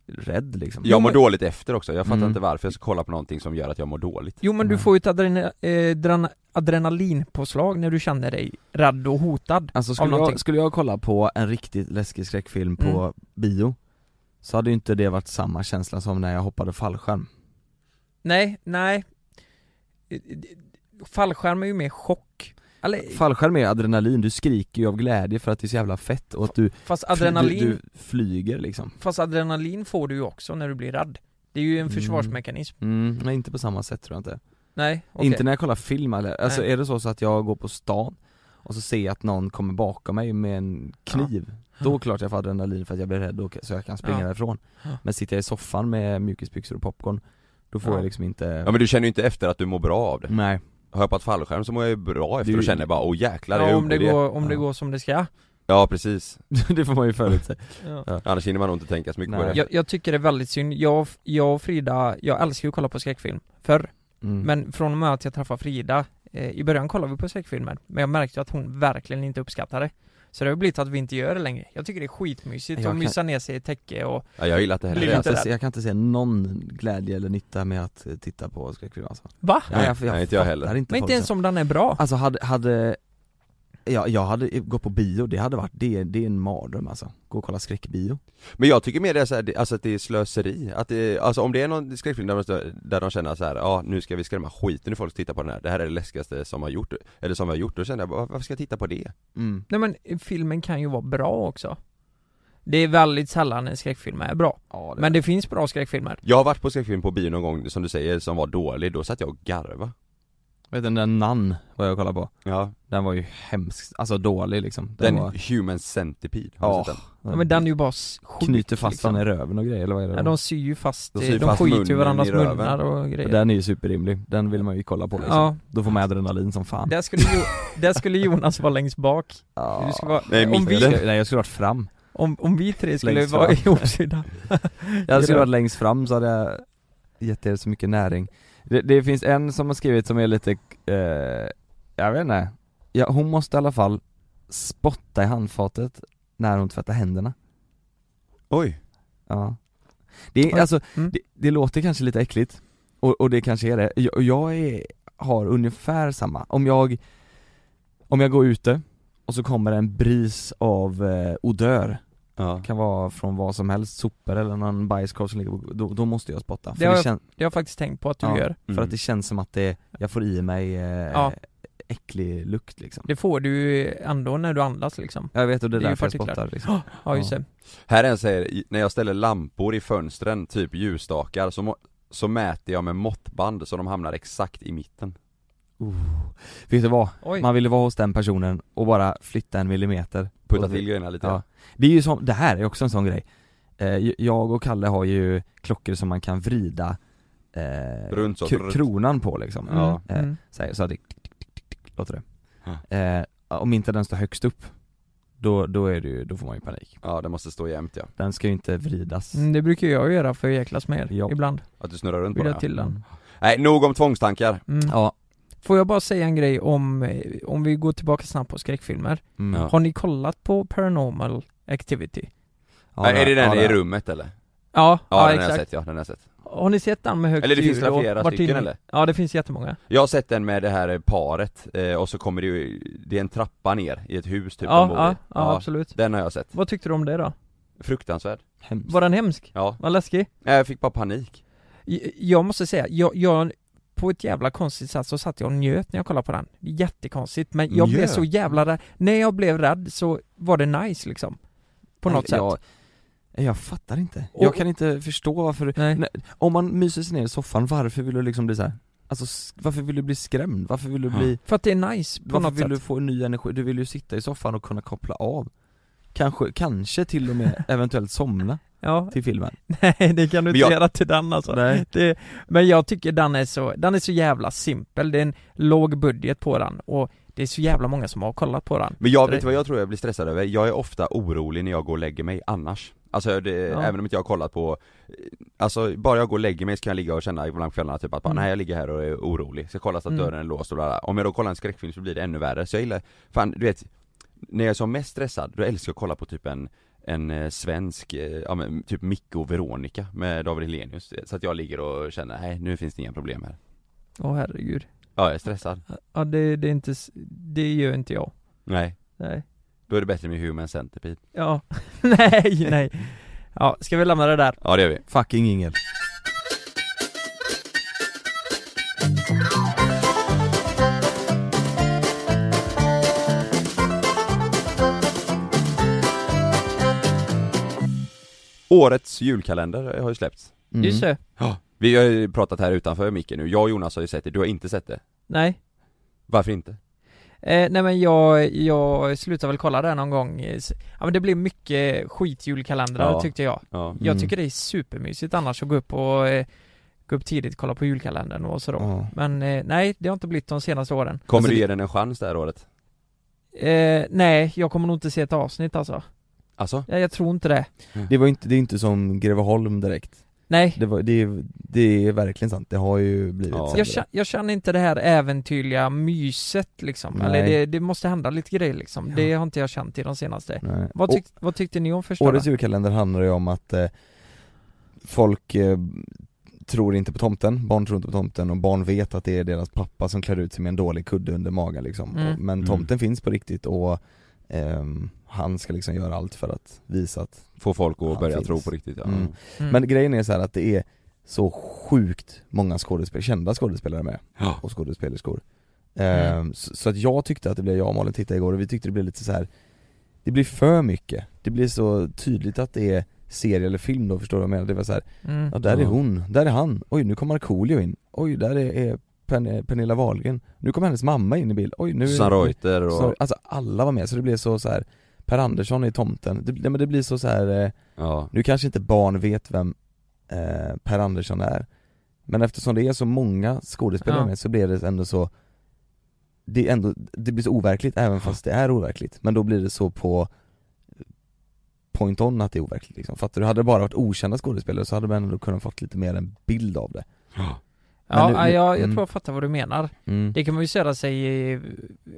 rädd liksom Jag mår dåligt efter också, jag fattar Mm. inte varför jag ska kolla på någonting som gör att jag mår dåligt. Jo men du Nej. får ju ett adrena, eh, dran, adrenalinpåslag när du känner dig rädd och hotad. Alltså Av skulle någonting. jag, skulle jag kolla på en riktigt läskig skräckfilm på Mm. bio Så hade ju inte det varit samma känsla som när jag hoppade fallskärm Nej, nej. Eh, Fallskärm är ju mer chock. Eller, Fallskärm är adrenalin, du skriker ju av glädje för att det är så jävla fett och att du fast, adrenalin, Du, du flyger liksom fast adrenalin får du ju också när du blir rädd. Det är ju en Mm. försvarsmekanism. mm, Nej inte på samma sätt tror jag inte Nej, okej. Inte när jag kollar film eller, alltså Nej. är det så, så att jag går på stan och så ser jag att någon kommer bakom mig med en kniv Då är det klart jag får adrenalin för att jag blir rädd och så jag kan springa Ja. därifrån Ja. Men sitter jag i soffan med mjukisbyxor och popcorn Då får Ja. jag liksom inte Ja men du känner ju inte efter att du mår bra av det. Nej, Har jag på ett fallskärm så mår jag ju bra efter Du- och känner bara åh jäklar, ja, jag om det, gjorde det. går, om det Ja. går som det ska. Ja precis. det får man ju förutse Ja. Annars hinner man nog inte tänka så mycket Nej. på det. Jag, jag tycker det är väldigt synd, jag, och- jag och Frida, jag älskar ju att kolla på skräckfilm förr, mm. men från och med att jag träffade Frida, eh, i början kollade vi på skräckfilmer, men jag märkte att hon verkligen inte uppskattade det. Så det har blivit att vi inte gör det längre. Jag tycker det är skitmysigt Jag att kan- mysa ner sig i ett täcke och, Ja, jag gillar inte heller Blir jag, det. kan inte inte, rädd. se- jag kan inte se någon glädje eller nytta med att eh, titta på skräckfilm alltså. va? Ja, jag, Nej, inte jag fattar heller. Inte Men folk som- inte ens om den är bra. Alltså hade, hade jag, jag hade gått på bio, det hade varit, det, det är en mardröm alltså. Gå och kolla skräckbio. Men jag tycker mer det är så här, det- alltså att det är slöseri, att det, alltså om det är någon skräckfilm där de, stö- där de känner så här, ja nu ska vi skrämma skiten ur folk som tittar på den här, det här är det läskigaste som har gjort, eller som vi har gjort, då känner jag bara, varför ska jag titta på det? Mm. Nej men eh, filmen kan ju vara bra också. Det är väldigt sällan en skräckfilm är bra, Ja, det men det finns bra skräckfilmer. Jag har varit på skräckfilm på bio någon gång, som du säger, som var dålig, då satt jag och garva Vet du, den där Nann var jag och kollade på. Ja, Den var ju hemsk, alltså dålig liksom. Den, den var, Human Centipede, har du ja, sett den? Ja, men den är ju bara s- sjuk, knyter fast liksom. den i röven och grejer eller vad är det? Ja, de syr ju fast, De eh, syr de, fast skiter ju munnen i varandras röven. munnar och För grejer. den är ju superrimlig, den vill man ju kolla på liksom. ja, Då får man adrenalin som fan. Där skulle, jo, där skulle Jonas vara längst bak. Ja. Du ska vara, Nej, om, mitt- Jag vi, skulle- Nej jag skulle varit fram. om, om vi tre skulle Längst vara fram. ihopsydda. Jag skulle varit längst fram så hade jag gett er så mycket näring. Det, det finns en som har skrivit som är lite, eh, jag vet inte. Ja, hon måste i alla fall spotta i handfatet när hon tvättar händerna. Oj! Ja. Det, Oj. är, alltså, Mm. det, det låter kanske lite äckligt, och, och det kanske är det. Jag, jag är, har ungefär samma. Om jag, om jag går ute och så kommer en bris av eh, odör Ja. kan vara från vad som helst, sopor eller någon bajskorv som ligger på, då, då måste jag spotta. För Det har jag- kän- Det har jag faktiskt tänkt på att du ja, gör. För Mm. att det känns som att det, jag får i mig eh, äcklig lukt liksom Det får du ju ändå när du andas liksom. Jag vet och det är Det är ju därför jag partiklar. spottar liksom. Ja just det. Här är en säger, i- när jag ställer lampor i fönstren, typ ljusstakar, så, må- så mäter jag med måttband så de hamnar exakt i mitten Vet du vad? Oj. Man ville vara hos den personen och bara flytta en millimeter Putta Och- till grejerna lite Ja. Det är ju som, det här är också en sån grej eh, Jag och Kalle har ju klockor som man kan vrida eh, Runt så, kro- runt. kronan på liksom Ja. Eh, Mm. så, här, så här, tick, tick, tick, tick, tick, tick, låter det eh, Om inte den står högst upp då, då är det ju, då får man ju panik Ja, det måste stå jämnt ja. Den ska ju inte vridas Mm, det brukar jag göra för att jäklas med er Ja. ibland. Att du snurrar runt på Vill den jag ja. till den. Nej, nog om tvångstankar. Mm. Mm. Ja, Får jag bara säga en grej om, eh, om vi går tillbaka snabbt på skräckfilmer. mm. Har ni kollat på Paranormal Activity? Ja, Nej, är det den ja, i rummet eller? Ja, Ja, ja, den har jag exakt. sett, ja, den har jag sett. Har ni sett den med högt Eller det finns ljud väl och flera vart stycken, in- eller? Ja det finns jättemånga. Jag har sett den med det här paret, eh, och så kommer det ju, det är en trappa ner i ett hus typ ja, de bor i. ja, ja, absolut. Den har jag sett. Vad tyckte du om det då? Fruktansvärd. Hemskt. Var den hemsk? Ja. Var läskig? Nej, Jag fick bara panik. J- Jag måste säga, jag, jag på ett jävla konstigt sätt så satt jag och njöt när jag kollade på den. Jättekonstigt, men jag blev Njöt? så jävla rädd. När jag blev rädd så var det nice liksom. På något jag, sätt. Jag, jag fattar inte, Och- jag kan inte förstå varför Nej. Nej. Om man myser sig ner i soffan, varför vill du liksom bli så här? Alltså s- varför vill du bli skrämd? Varför vill du bli, För att det är nice på varför något vill sätt. du få ny energi? Du vill ju sitta i soffan och kunna koppla av Kanske, kanske till och med eventuellt somna Ja, till filmen nej det kan du inte Men jag- göra till den alltså. Det, men jag tycker den är så, den är så jävla simpel. Det är en låg budget på den och det är så jävla många som har kollat på den. Men jag Det- vet vad jag tror jag blir stressad över? Jag är ofta orolig när jag går och lägger mig annars. Alltså det, Ja. även om inte jag har kollat på, alltså bara jag går och lägger mig så kan jag ligga och känna ibland på kvällarna typ att bara, Mm. nej jag ligger här och är orolig, ska kolla så att Mm. dörren är låst och bla, bla. Om jag då kollar en skräckfilm så blir det ännu värre, så jag gillar, fan du vet, när jag är som mest stressad, då älskar jag att kolla på typ en en eh, svensk, eh, ja men typ Micke och Veronica med David Hellenius Så att jag ligger och känner, nej nu finns det inga problem här Åh herregud. Ja, jag är stressad Ja det, det är inte, s- det gör inte jag. Nej, Nej. då är det bättre med Human Centipede Ja, nej, nej. Ja, ska vi lämna det där? Ja det gör vi Fucking ingen Årets julkalender har ju släppts. mm. Just det. Vi har ju pratat här utanför micken nu, jag och Jonas har ju sett det, du har inte sett det. Nej. Varför inte? Eh, nej men jag, jag slutar väl kolla det här någon gång. Eh, s- Ja men det blev mycket skitjulkalendrar Ja. tyckte jag. Ja. Jag Mm. tycker det är supermysigt annars att gå upp och eh, gå upp tidigt kolla på julkalendern och sådär. Ja. Men eh, nej, det har inte blivit de senaste åren. Kommer Alltså, du det- ge den en chans det här året? Eh, nej, jag kommer nog inte se ett avsnitt alltså. Alltså? Jag, jag tror inte det. Det var ju inte, det är inte som Greveholm direkt Nej. Det, var, det, är- det är verkligen sant, det har ju blivit Ja. sämre. Jag, kä- jag känner inte det här äventyrliga myset liksom. Nej. Eller det, det måste hända lite grejer liksom. Det har inte jag känt i de senaste. Nej. Vad, Och- tyck, vad tyckte ni om första? Årets då? julkalender handlar ju om att eh, folk eh, tror inte på tomten, barn tror inte på tomten och barn vet att det är deras pappa som klär ut sig med en dålig kudde under magen liksom. Mm. Och, men Mm. tomten finns på riktigt och ehm, han ska liksom göra allt för att visa att Få folk att Ja, börja finns. tro på riktigt ja. Mm. Mm. Men grejen är så här att det är så sjukt många skådespelare, kända skådespelare med Ja. och skådespelerskor Ehm, Mm. så, så att jag tyckte att det blev, jag och Malin tittade igår och vi tyckte det blev lite så här. Det blir för mycket, det blir så tydligt att det är serie eller film då, förstår du vad jag menar? Det var så här, Mm. ja där är Ja. hon, där är han, oj nu kommer Markoolio in, oj där är, är Pen- Pernilla Wahlgren, nu kommer hennes mamma in i bild, oj nu är- Susanne Reuter och... Så- Alltså alla var med, så det blev så, så här Per Andersson är tomten, det, nej, men det blir så, så här eh, Ja. nu kanske inte barn vet vem eh, Per Andersson är Men eftersom det är så många skådespelare Ja. med så blir det ändå så Det är ändå, det blir så overkligt även fast det är overkligt Men då blir det så på point on att det är overkligt liksom. Fattar du? Hade det bara varit okända skådespelare så hade man ändå kunnat fått lite mer en bild av det Ja, men nu- ja, jag, jag mm. tror jag fattar vad du menar. Det kan man ju säga sig i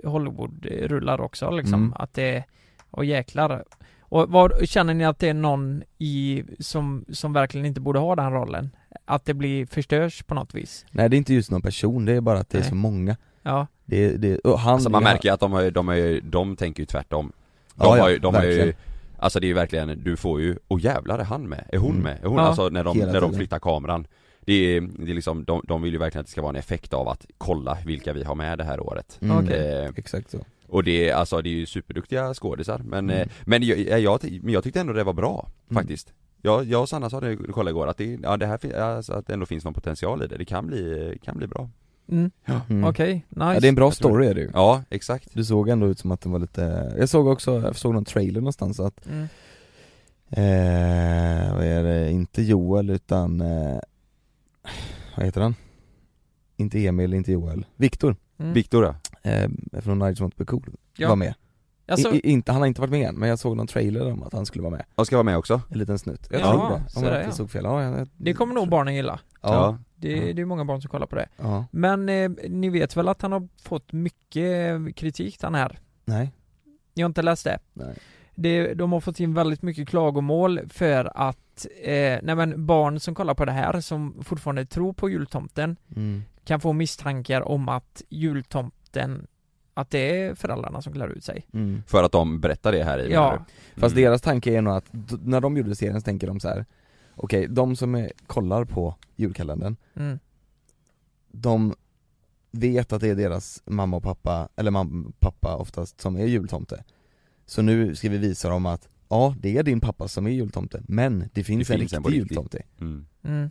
Hollywood-rullar också liksom, Mm. att det och jäklar. Och vad, känner ni att det är någon i, som, som verkligen inte borde ha den rollen? Att det blir, förstörs på något vis? Nej det är inte just någon person, det är bara att det är Nej. så många Ja, det, är- det, är- och han, Alltså man det är- märker ju att de har ju, de har ju, de tänker ju tvärtom. De Ja, ja, har ju, de har ju verkligen. Alltså det är ju verkligen, du får ju, åh jävlar är han med? Är hon Mm. med? Är hon, Ja. alltså när de, Hela när de tiden. flyttar kameran det är, det är liksom, de, de vill ju verkligen att det ska vara en effekt av att kolla vilka vi har med det här året Mm. Okej. eh, Exakt så Och det är, alltså det är ju superduktiga skådisar men, Mm. eh, men, jag, jag, jag, men jag tyckte ändå det var bra Mm. faktiskt jag, jag och Sanna sa det, kollade igår, att det, ja, det här fin- alltså, att det ändå finns någon potential i det, det kan bli, kan bli bra Mm. Mm. Okej, nice. ja, det är en bra Jag tror story är det ju Ja, exakt Du såg ändå ut som att den var lite, jag såg också, jag såg någon trailer någonstans att, mm. eh, vad är det, inte Joel utan, eh, vad heter han? Inte Emil, inte Joel, Viktor, Mm. Viktor ja. eh, från Nights Want To Be Cool, Ja. var med. Alltså, I, i, inte, han har inte varit med än, men jag såg någon trailer om att han skulle vara med, Jag ska vara med också en liten snutt. Jag Ja, tror det, så om jag där, inte ja. såg fel. Ja, jag, det kommer nog barnen gilla. Ja. Det, Ja. det är många barn som kollar på det. ja. Men eh, ni vet väl att han har fått mycket eh, kritik den här? Nej. Ni har inte läst det? Nej. det de har fått in väldigt mycket klagomål för att, eh, nej men barn som kollar på det här som fortfarande tror på jultomten Mm. kan få misstankar om att jultomten, att det är föräldrarna som klär ut sig. Mm. För att de berättar det här i Ja. menar du? Fast Mm. deras tanke är nog att, d- när de gjorde serien så tänker de så här. okej, de som är, kollar på julkalendern Mm. de vet att det är deras mamma och pappa, eller mamma och pappa oftast, som är jultomte. Så nu ska vi visa dem att, ja det är din pappa som är jultomte, men det finns, en finns en på riktig riktigt. jultomte. Mm. Mm.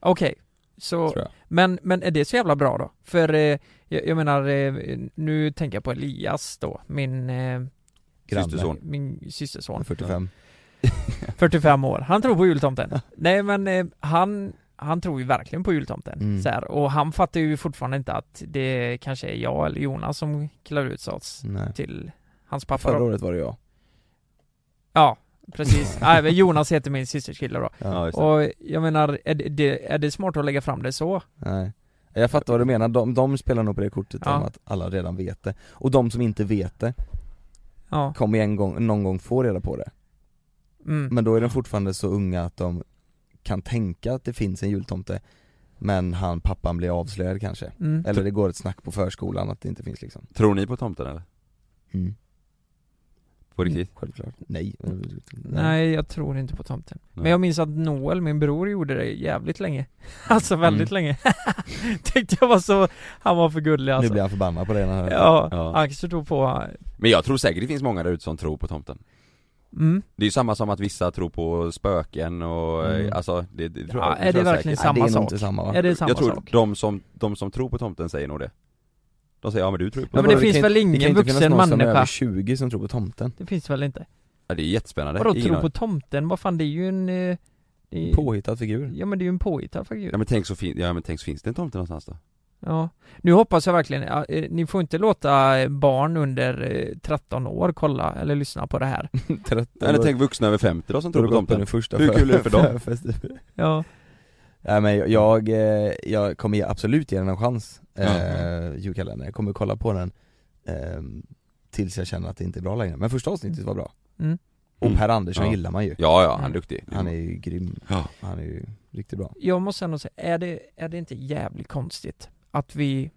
Okej, så, Tror jag. men, men är det så jävla bra då? För eh, jag, jag menar, eh, nu tänker jag på Elias då, min, eh, Granne, Systerson. min systerson. 45. 45 år, han tror på jultomten. Nej men eh, han, han tror ju verkligen på jultomten. Mm. Så här. Och han fattar ju fortfarande inte att det kanske är jag eller Jonas som klär ut oss Nej. till hans pappa. Mm. Förra då. året var det jag. Ja, precis. Nej, men Jonas heter min systers kille då. Ja, just det. Och jag menar, är det- det, är det smart att lägga fram det så? Nej. Jag fattar vad du menar, de, de spelar nog på det kortet Ja. om att alla redan vet det. Och de som inte vet det Ja. kommer en gång, någon gång få reda på det. Mm. Men då är de fortfarande så unga att de kan tänka att det finns en jultomte, men han, pappan blir avslöjad kanske. Mm. Eller det går ett snack på förskolan att det inte finns liksom Tror ni på tomten eller? Mm. På riktigt? Självklart Nej Nej, jag tror inte på tomten. Men Nej. jag minns att Noel, min bror, gjorde det jävligt länge. Alltså väldigt länge. Tyckte jag var så, han var för gullig Mm. Nu alltså. blir han förbannad på det när han hör det. Ja, Ja. Axel tror på... Men jag tror säkert det finns många där ute som tror på tomten Mm. Det är ju samma som att vissa tror på spöken och eh, Mm. alltså det, det tror Ja, jag, är tror det jag verkligen säkert. Nej, samma Det är nog sak. inte samma va? Är det samma Jag tror sak? de som, de som tror på tomten säger nog det De säger ja men du tror ju på tomten Ja, men det vadå, finns kan- väl Det kan ingen inte finnas vuxen någon som är över människa? 20 som tror på tomten Det finns väl inte? ja, det är jättespännande Vadå Ingen tro har- på tomten? Vad fan det är ju en... eh, Det är, Påhittad figur ja men det är ju en påhittad figur. Ja men tänk så fin, ja men tänk så finns det en tomte någonstans då? Ja. Nu hoppas jag verkligen, ja, eh, ni får inte låta eh, barn under eh, 13 år kolla eller lyssna på det här. 13 Eller tänk vuxna över 50 då som tror på tomten den första Hur kul är det för dem? dem? Ja. Nej men jag- jag, eh, jag kommer ge- absolut ge den en chans, eh, Ja. julkalendern, jag kommer kolla på den eh, tills jag känner att det inte är bra längre, men första avsnittet var bra Mm. Och Mm. Per Andersson Ja. gillar man ju, Ja ja, Mm. han är duktig han är ju grym, Ja. han är ju riktigt bra Jag måste ändå säga, är det, är det inte jävligt konstigt att vi...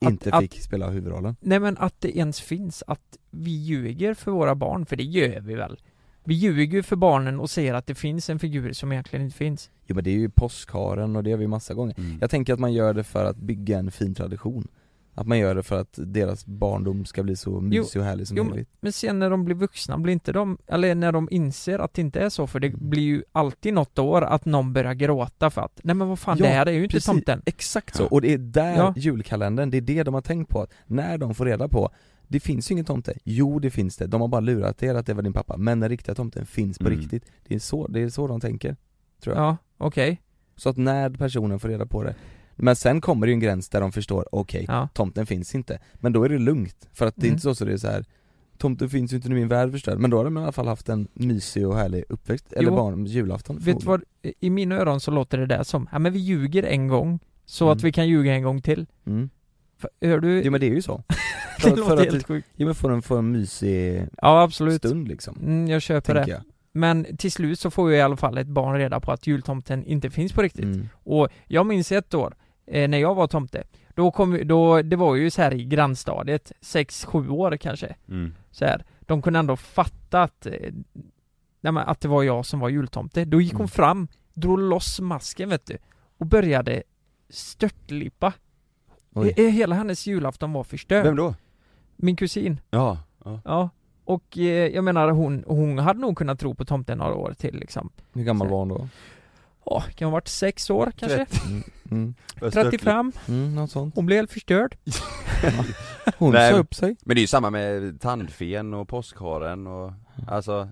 Att- Inte att- fick spela huvudrollen Nej men att det ens finns att vi ljuger för våra barn, för det gör vi väl? Vi ljuger ju för barnen och säger att det finns en figur som egentligen inte finns. Jo men det är ju påskharen och det har vi massa gånger Mm. Jag tänker att man gör det för att bygga en fin tradition Att man gör det för att deras barndom ska bli så mysig och härlig som jo, möjligt Men sen när de blir vuxna, blir inte de, eller när de inser att det inte är så, för det Mm. blir ju alltid något år att någon börjar gråta för att nej men vad fan Ja, det här är ju inte precis. tomten. Exakt så, och det är där Ja. julkalendern, det är det de har tänkt på att när de får reda på det finns ju ingen tomte, jo det finns det, de har bara lurat er att det var din pappa, men den riktiga tomten finns på Mm. riktigt det är, så, det är så de tänker tror jag. Ja, okej. Så att när personen får reda på det Men sen kommer det ju en gräns där de förstår, okej, Ja. tomten finns inte Men då är det lugnt, för att det är Mm. inte så så det är så här. Tomten finns ju inte nu min värld förstörd, men då har de i alla fall haft en mysig och härlig uppväxt, eller Jo. barn, julafton Vet du vad, i mina öron så låter det där som, ja men vi ljuger en gång, så Mm. att vi kan ljuga en gång till. förmodligen. mm. För, hör du? Jo men det är ju så det för- för låter att- helt sjukt. Jo men får de få en mysig Ja absolut. stund liksom, Mm, jag köper det. tänker jag Men till slut så får ju i alla fall ett barn reda på att jultomten inte finns på riktigt. mm. Och jag minns ett år, eh, när jag var tomte, då kom, ju- då, det var ju så här i grannstadiet, sex sju år kanske, Mm. så här. de kunde ändå fatta att, eh, nej, men att det var jag som var jultomte. Då gick hon Mm. fram, drog loss masken vet du, och började störtlippa. Oj. Eh, eh, Hela hennes julafton var förstörd. Vem då? Min kusin. Ja, ja. Ja. Och eh, jag menar hon, hon hade nog kunnat tro på tomten några år till liksom. Hur gammal Så- var hon då? Ja, kan ha varit sex år kanske? Mm, Östertli- 35? mm något sånt. Hon blev helt förstörd. Hon Nej. sa upp sig. Men det är ju samma med tandfen och påskharen och, alltså,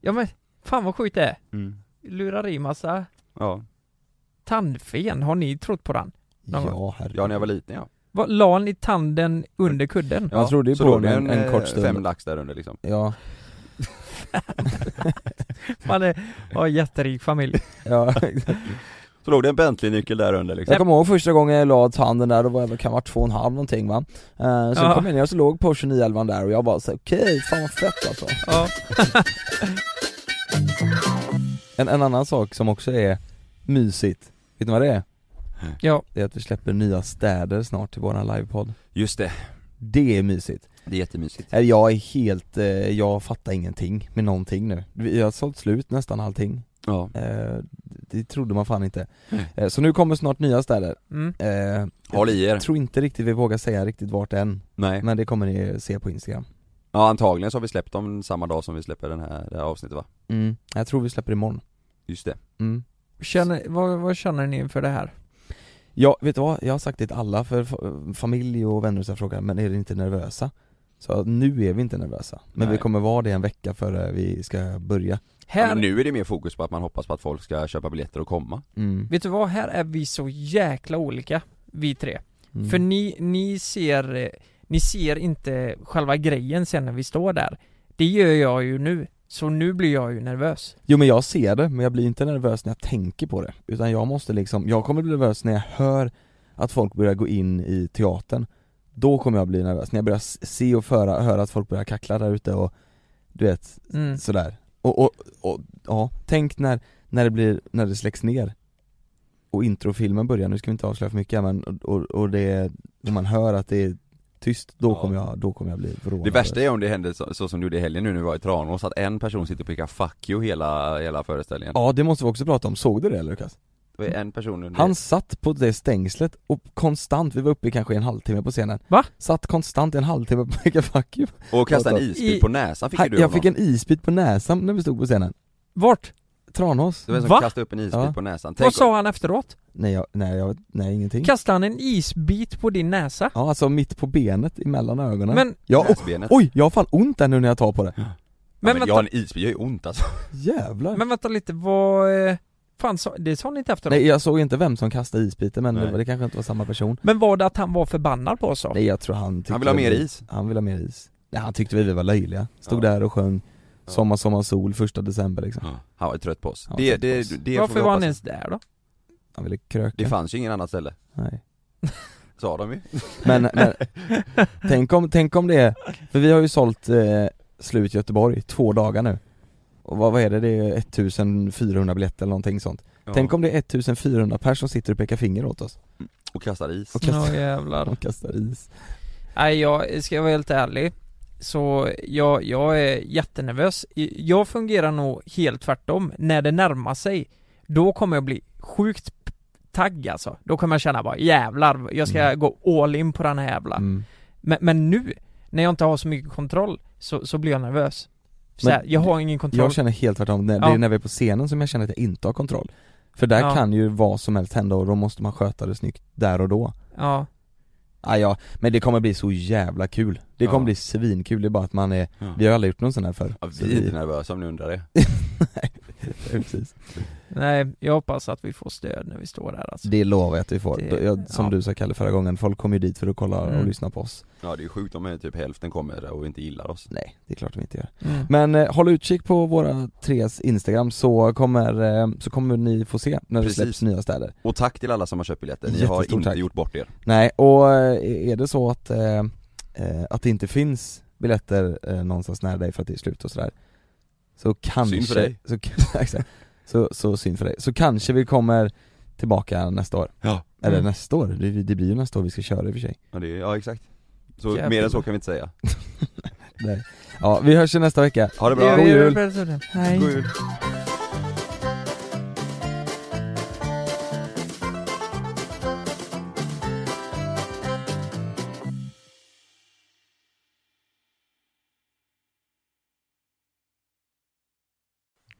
Ja men, fan vad sjukt det är. mm. Lurar i massa ja. tandfen, har ni trott på den? Någon gång. herregud. ja, när jag var liten ja. Vad, la ni tanden under kudden? Jag trodde ju så på låg det den en eh, kort stund. fem lax där under liksom. Ja, Man är, har en jätterik familj. ja. Så låg det en Bentley-nyckel där under liksom. Jag kommer ihåg första gången jag la tanden där, då var jag väl kan vara två och en halv någonting va? Eh, så Ja. kom jag ner och så låg på 2911 där och jag bara så okej, fan vad fett alltså. Ja. En, en annan sak som också är mysigt, vet ni vad det är? Ja. Det är att vi släpper nya städer snart till våran livepodd. Just det, Det är mysigt. det är jättemysigt. Eh, Jag är helt, eh, jag fattar ingenting med någonting nu. Vi har sålt slut nästan allting. Ja. Eh, det trodde man fan inte. Nej. Eh, så nu kommer snart nya städer. Mm. Eh, Håll i er. jag tror inte riktigt vi vågar säga riktigt vart än, Nej. men det kommer ni se på Instagram. Ja antagligen så har vi släppt dem samma dag som vi släpper den här, det här avsnittet va? Mm. Jag tror vi släpper imorgon. Just det. Mm. Känner, vad, vad känner ni inför det här? Ja, vet du vad? Jag har sagt det till alla, för fa- familj och vänner som frågar, men är ni inte nervösa? Så nu är vi inte nervösa, men Nej. vi kommer vara det en vecka före vi ska börja Ja, men Här, nu är det mer fokus på att man hoppas på att folk ska köpa biljetter och komma. mm. vet du vad? Här är vi så jäkla olika, vi tre. Mm. För ni, ni ser, eh, ni ser inte själva grejen sen när vi står där. Det gör jag ju nu. Så nu blir jag ju nervös. Jo men jag ser det, men jag blir inte nervös när jag tänker på det, utan jag måste liksom, jag kommer bli nervös när jag hör att folk börjar gå in i teatern Då kommer jag bli nervös, när jag börjar s- se och föra, höra att folk börjar kackla där ute och du vet, Mm. sådär och, och, och, ja, tänk när, när det blir, när det släcks ner och introfilmen börjar, nu ska vi inte avslöja för mycket men, och, och, och det, är- när man hör att det är tyst, då Ja. kommer jag, då kommer jag bli förvånad Det värsta är om det händer så, så som det gjorde i helgen nu när vi var i Tranås, att en person sitter och pekar 'fuck you' hela, hela föreställningen. Ja det måste vi också prata om, såg du det eller Lukas? Det var en person under... Han satt på det stängslet och konstant, vi var uppe i kanske en halvtimme på scenen Va? Satt konstant i en halvtimme på Mega Fuck you och kastade en I- isbit på näsan fick ju du av Jag fick någon. en isbit på näsan när vi stod på scenen Vart? Tranås? Det var en som Va? kastade upp en isbit Ja. på näsan. Vad Tänk om, Mm. sa han efteråt? Nej jag, nej jag, nej ingenting Kastade han en isbit på din näsa? Ja alltså mitt på benet, emellan ögonen Men, ja, oh, näsbenet. Oj, jag har fan ont där nu när jag tar på det ja, men men jag har vänta, en isbit, jag gör ju ont alltså. Jävlar men vänta lite, vad... eh, Fan, sa, det sa ni inte efteråt? Nej jag såg inte vem som kastade isbiten men det, Nej. var- det kanske inte var samma person Men var det att han var förbannad på oss då? Nej jag tror han tyckte Han vill ha väl mer vi- is. Han ville ha mer is Nej han tyckte vi var löjliga, stod Ja. där och sjöng Ja. Sommar, sommar, sol, första december liksom Han var ju trött på oss. Han var Det, trött på det, oss. det, det får vi Varför var hoppas. han ens där då? Han ville kröka Det fanns ju ingen annat ställe, Nej sa de ju. Men, men tänk, om, tänk om det är, för vi har ju sålt eh, slut i Göteborg två dagar nu och vad, vad är det, det är 1400 biljetter eller någonting sånt Ja. Tänk om det är 1400 personer som sitter och pekar finger åt oss Och kastade is. och Ja kastar, jävlar. och kastar is Nej jag, ska jag vara helt ärlig Så jag, jag är jättenervös Jag fungerar nog helt tvärtom När det närmar sig Då kommer jag bli sjukt p- tagg alltså Då kommer jag känna bara jävlar Jag ska Mm. gå all in på den här jävla mm. men, men nu När jag inte har så mycket kontroll Så, så blir jag nervös så Men här, Jag har ingen kontroll Jag känner helt tvärtom, det det är Ja. när vi är på scenen som jag känner att jag inte har kontroll För där Ja. kan ju vad som helst hända och då måste man sköta det snyggt där och då Ja ah, ja, men det kommer bli så jävla kul Det kommer Ja. bli svinkul, det är bara att man är, Ja. vi har aldrig gjort någon sån här förr Ja, Så vi är inte nervösa om ni undrar det. precis Nej, jag hoppas att vi får stöd när vi står där alltså. Det lovar jag att vi får. Det- jag, som ja. du sa Kalle förra gången, folk kommer ju dit för att kolla och Mm. lyssna på oss Ja det är ju sjukt om typ hälften kommer och inte gillar oss. Nej, det är klart de inte gör Mm. Men eh, håll utkik på våra tres instagram så kommer, eh, så kommer ni få se när det Precis. släpps nya städer Och tack till alla som har köpt biljetter, ni har Jättestort inte tack. gjort bort er. Nej, och eh, är det så att, eh, eh, att det inte finns biljetter eh, någonstans nära dig för att det är slut och sådär Så kanske Synd för dig. Så, exakt. så, så synd för dig, så kanske vi kommer tillbaka nästa år Ja. Eller Mm. nästa år, det, det blir ju nästa år vi ska köra i och för sig Ja, det, ja exakt. Så Jävlar. mer än så kan vi inte säga. Nej. Ja, vi hörs ju nästa vecka. Ha det bra. God jul! Hej. God jul.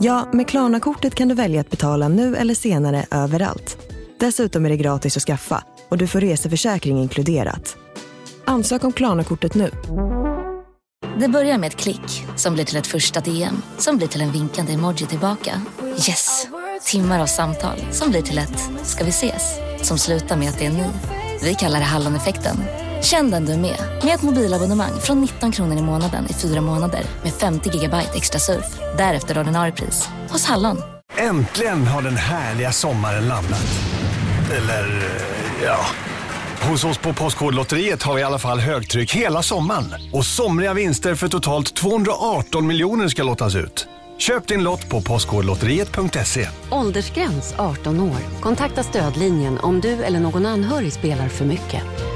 Ja, med Klarna-kortet kan du välja att betala nu eller senare överallt. Dessutom är det gratis att skaffa och du får reseförsäkring inkluderat. Ansök om Klarna-kortet nu. Det börjar med ett klick som blir till ett första DM som blir till en vinkande emoji tillbaka. Yes! Timmar av samtal som blir till ett “ska vi ses?” som slutar med att det är ni. Vi kallar det Halloneffekten. Känn den du är med, med ett mobilabonnemang från 19 kronor i månaden i fyra månader med 50 gigabyte extra surf. Därefter ordinarie pris, hos Hallon. Äntligen har den härliga sommaren landat. Eller, eh, ja. Hos oss på Postkodlotteriet har vi i alla fall högtryck hela sommaren. Och somriga vinster för totalt 218 miljoner ska lottas ut. Köp din lott på postkodlotteriet.se. Åldersgräns 18 år. Kontakta stödlinjen om du eller någon anhörig spelar för mycket.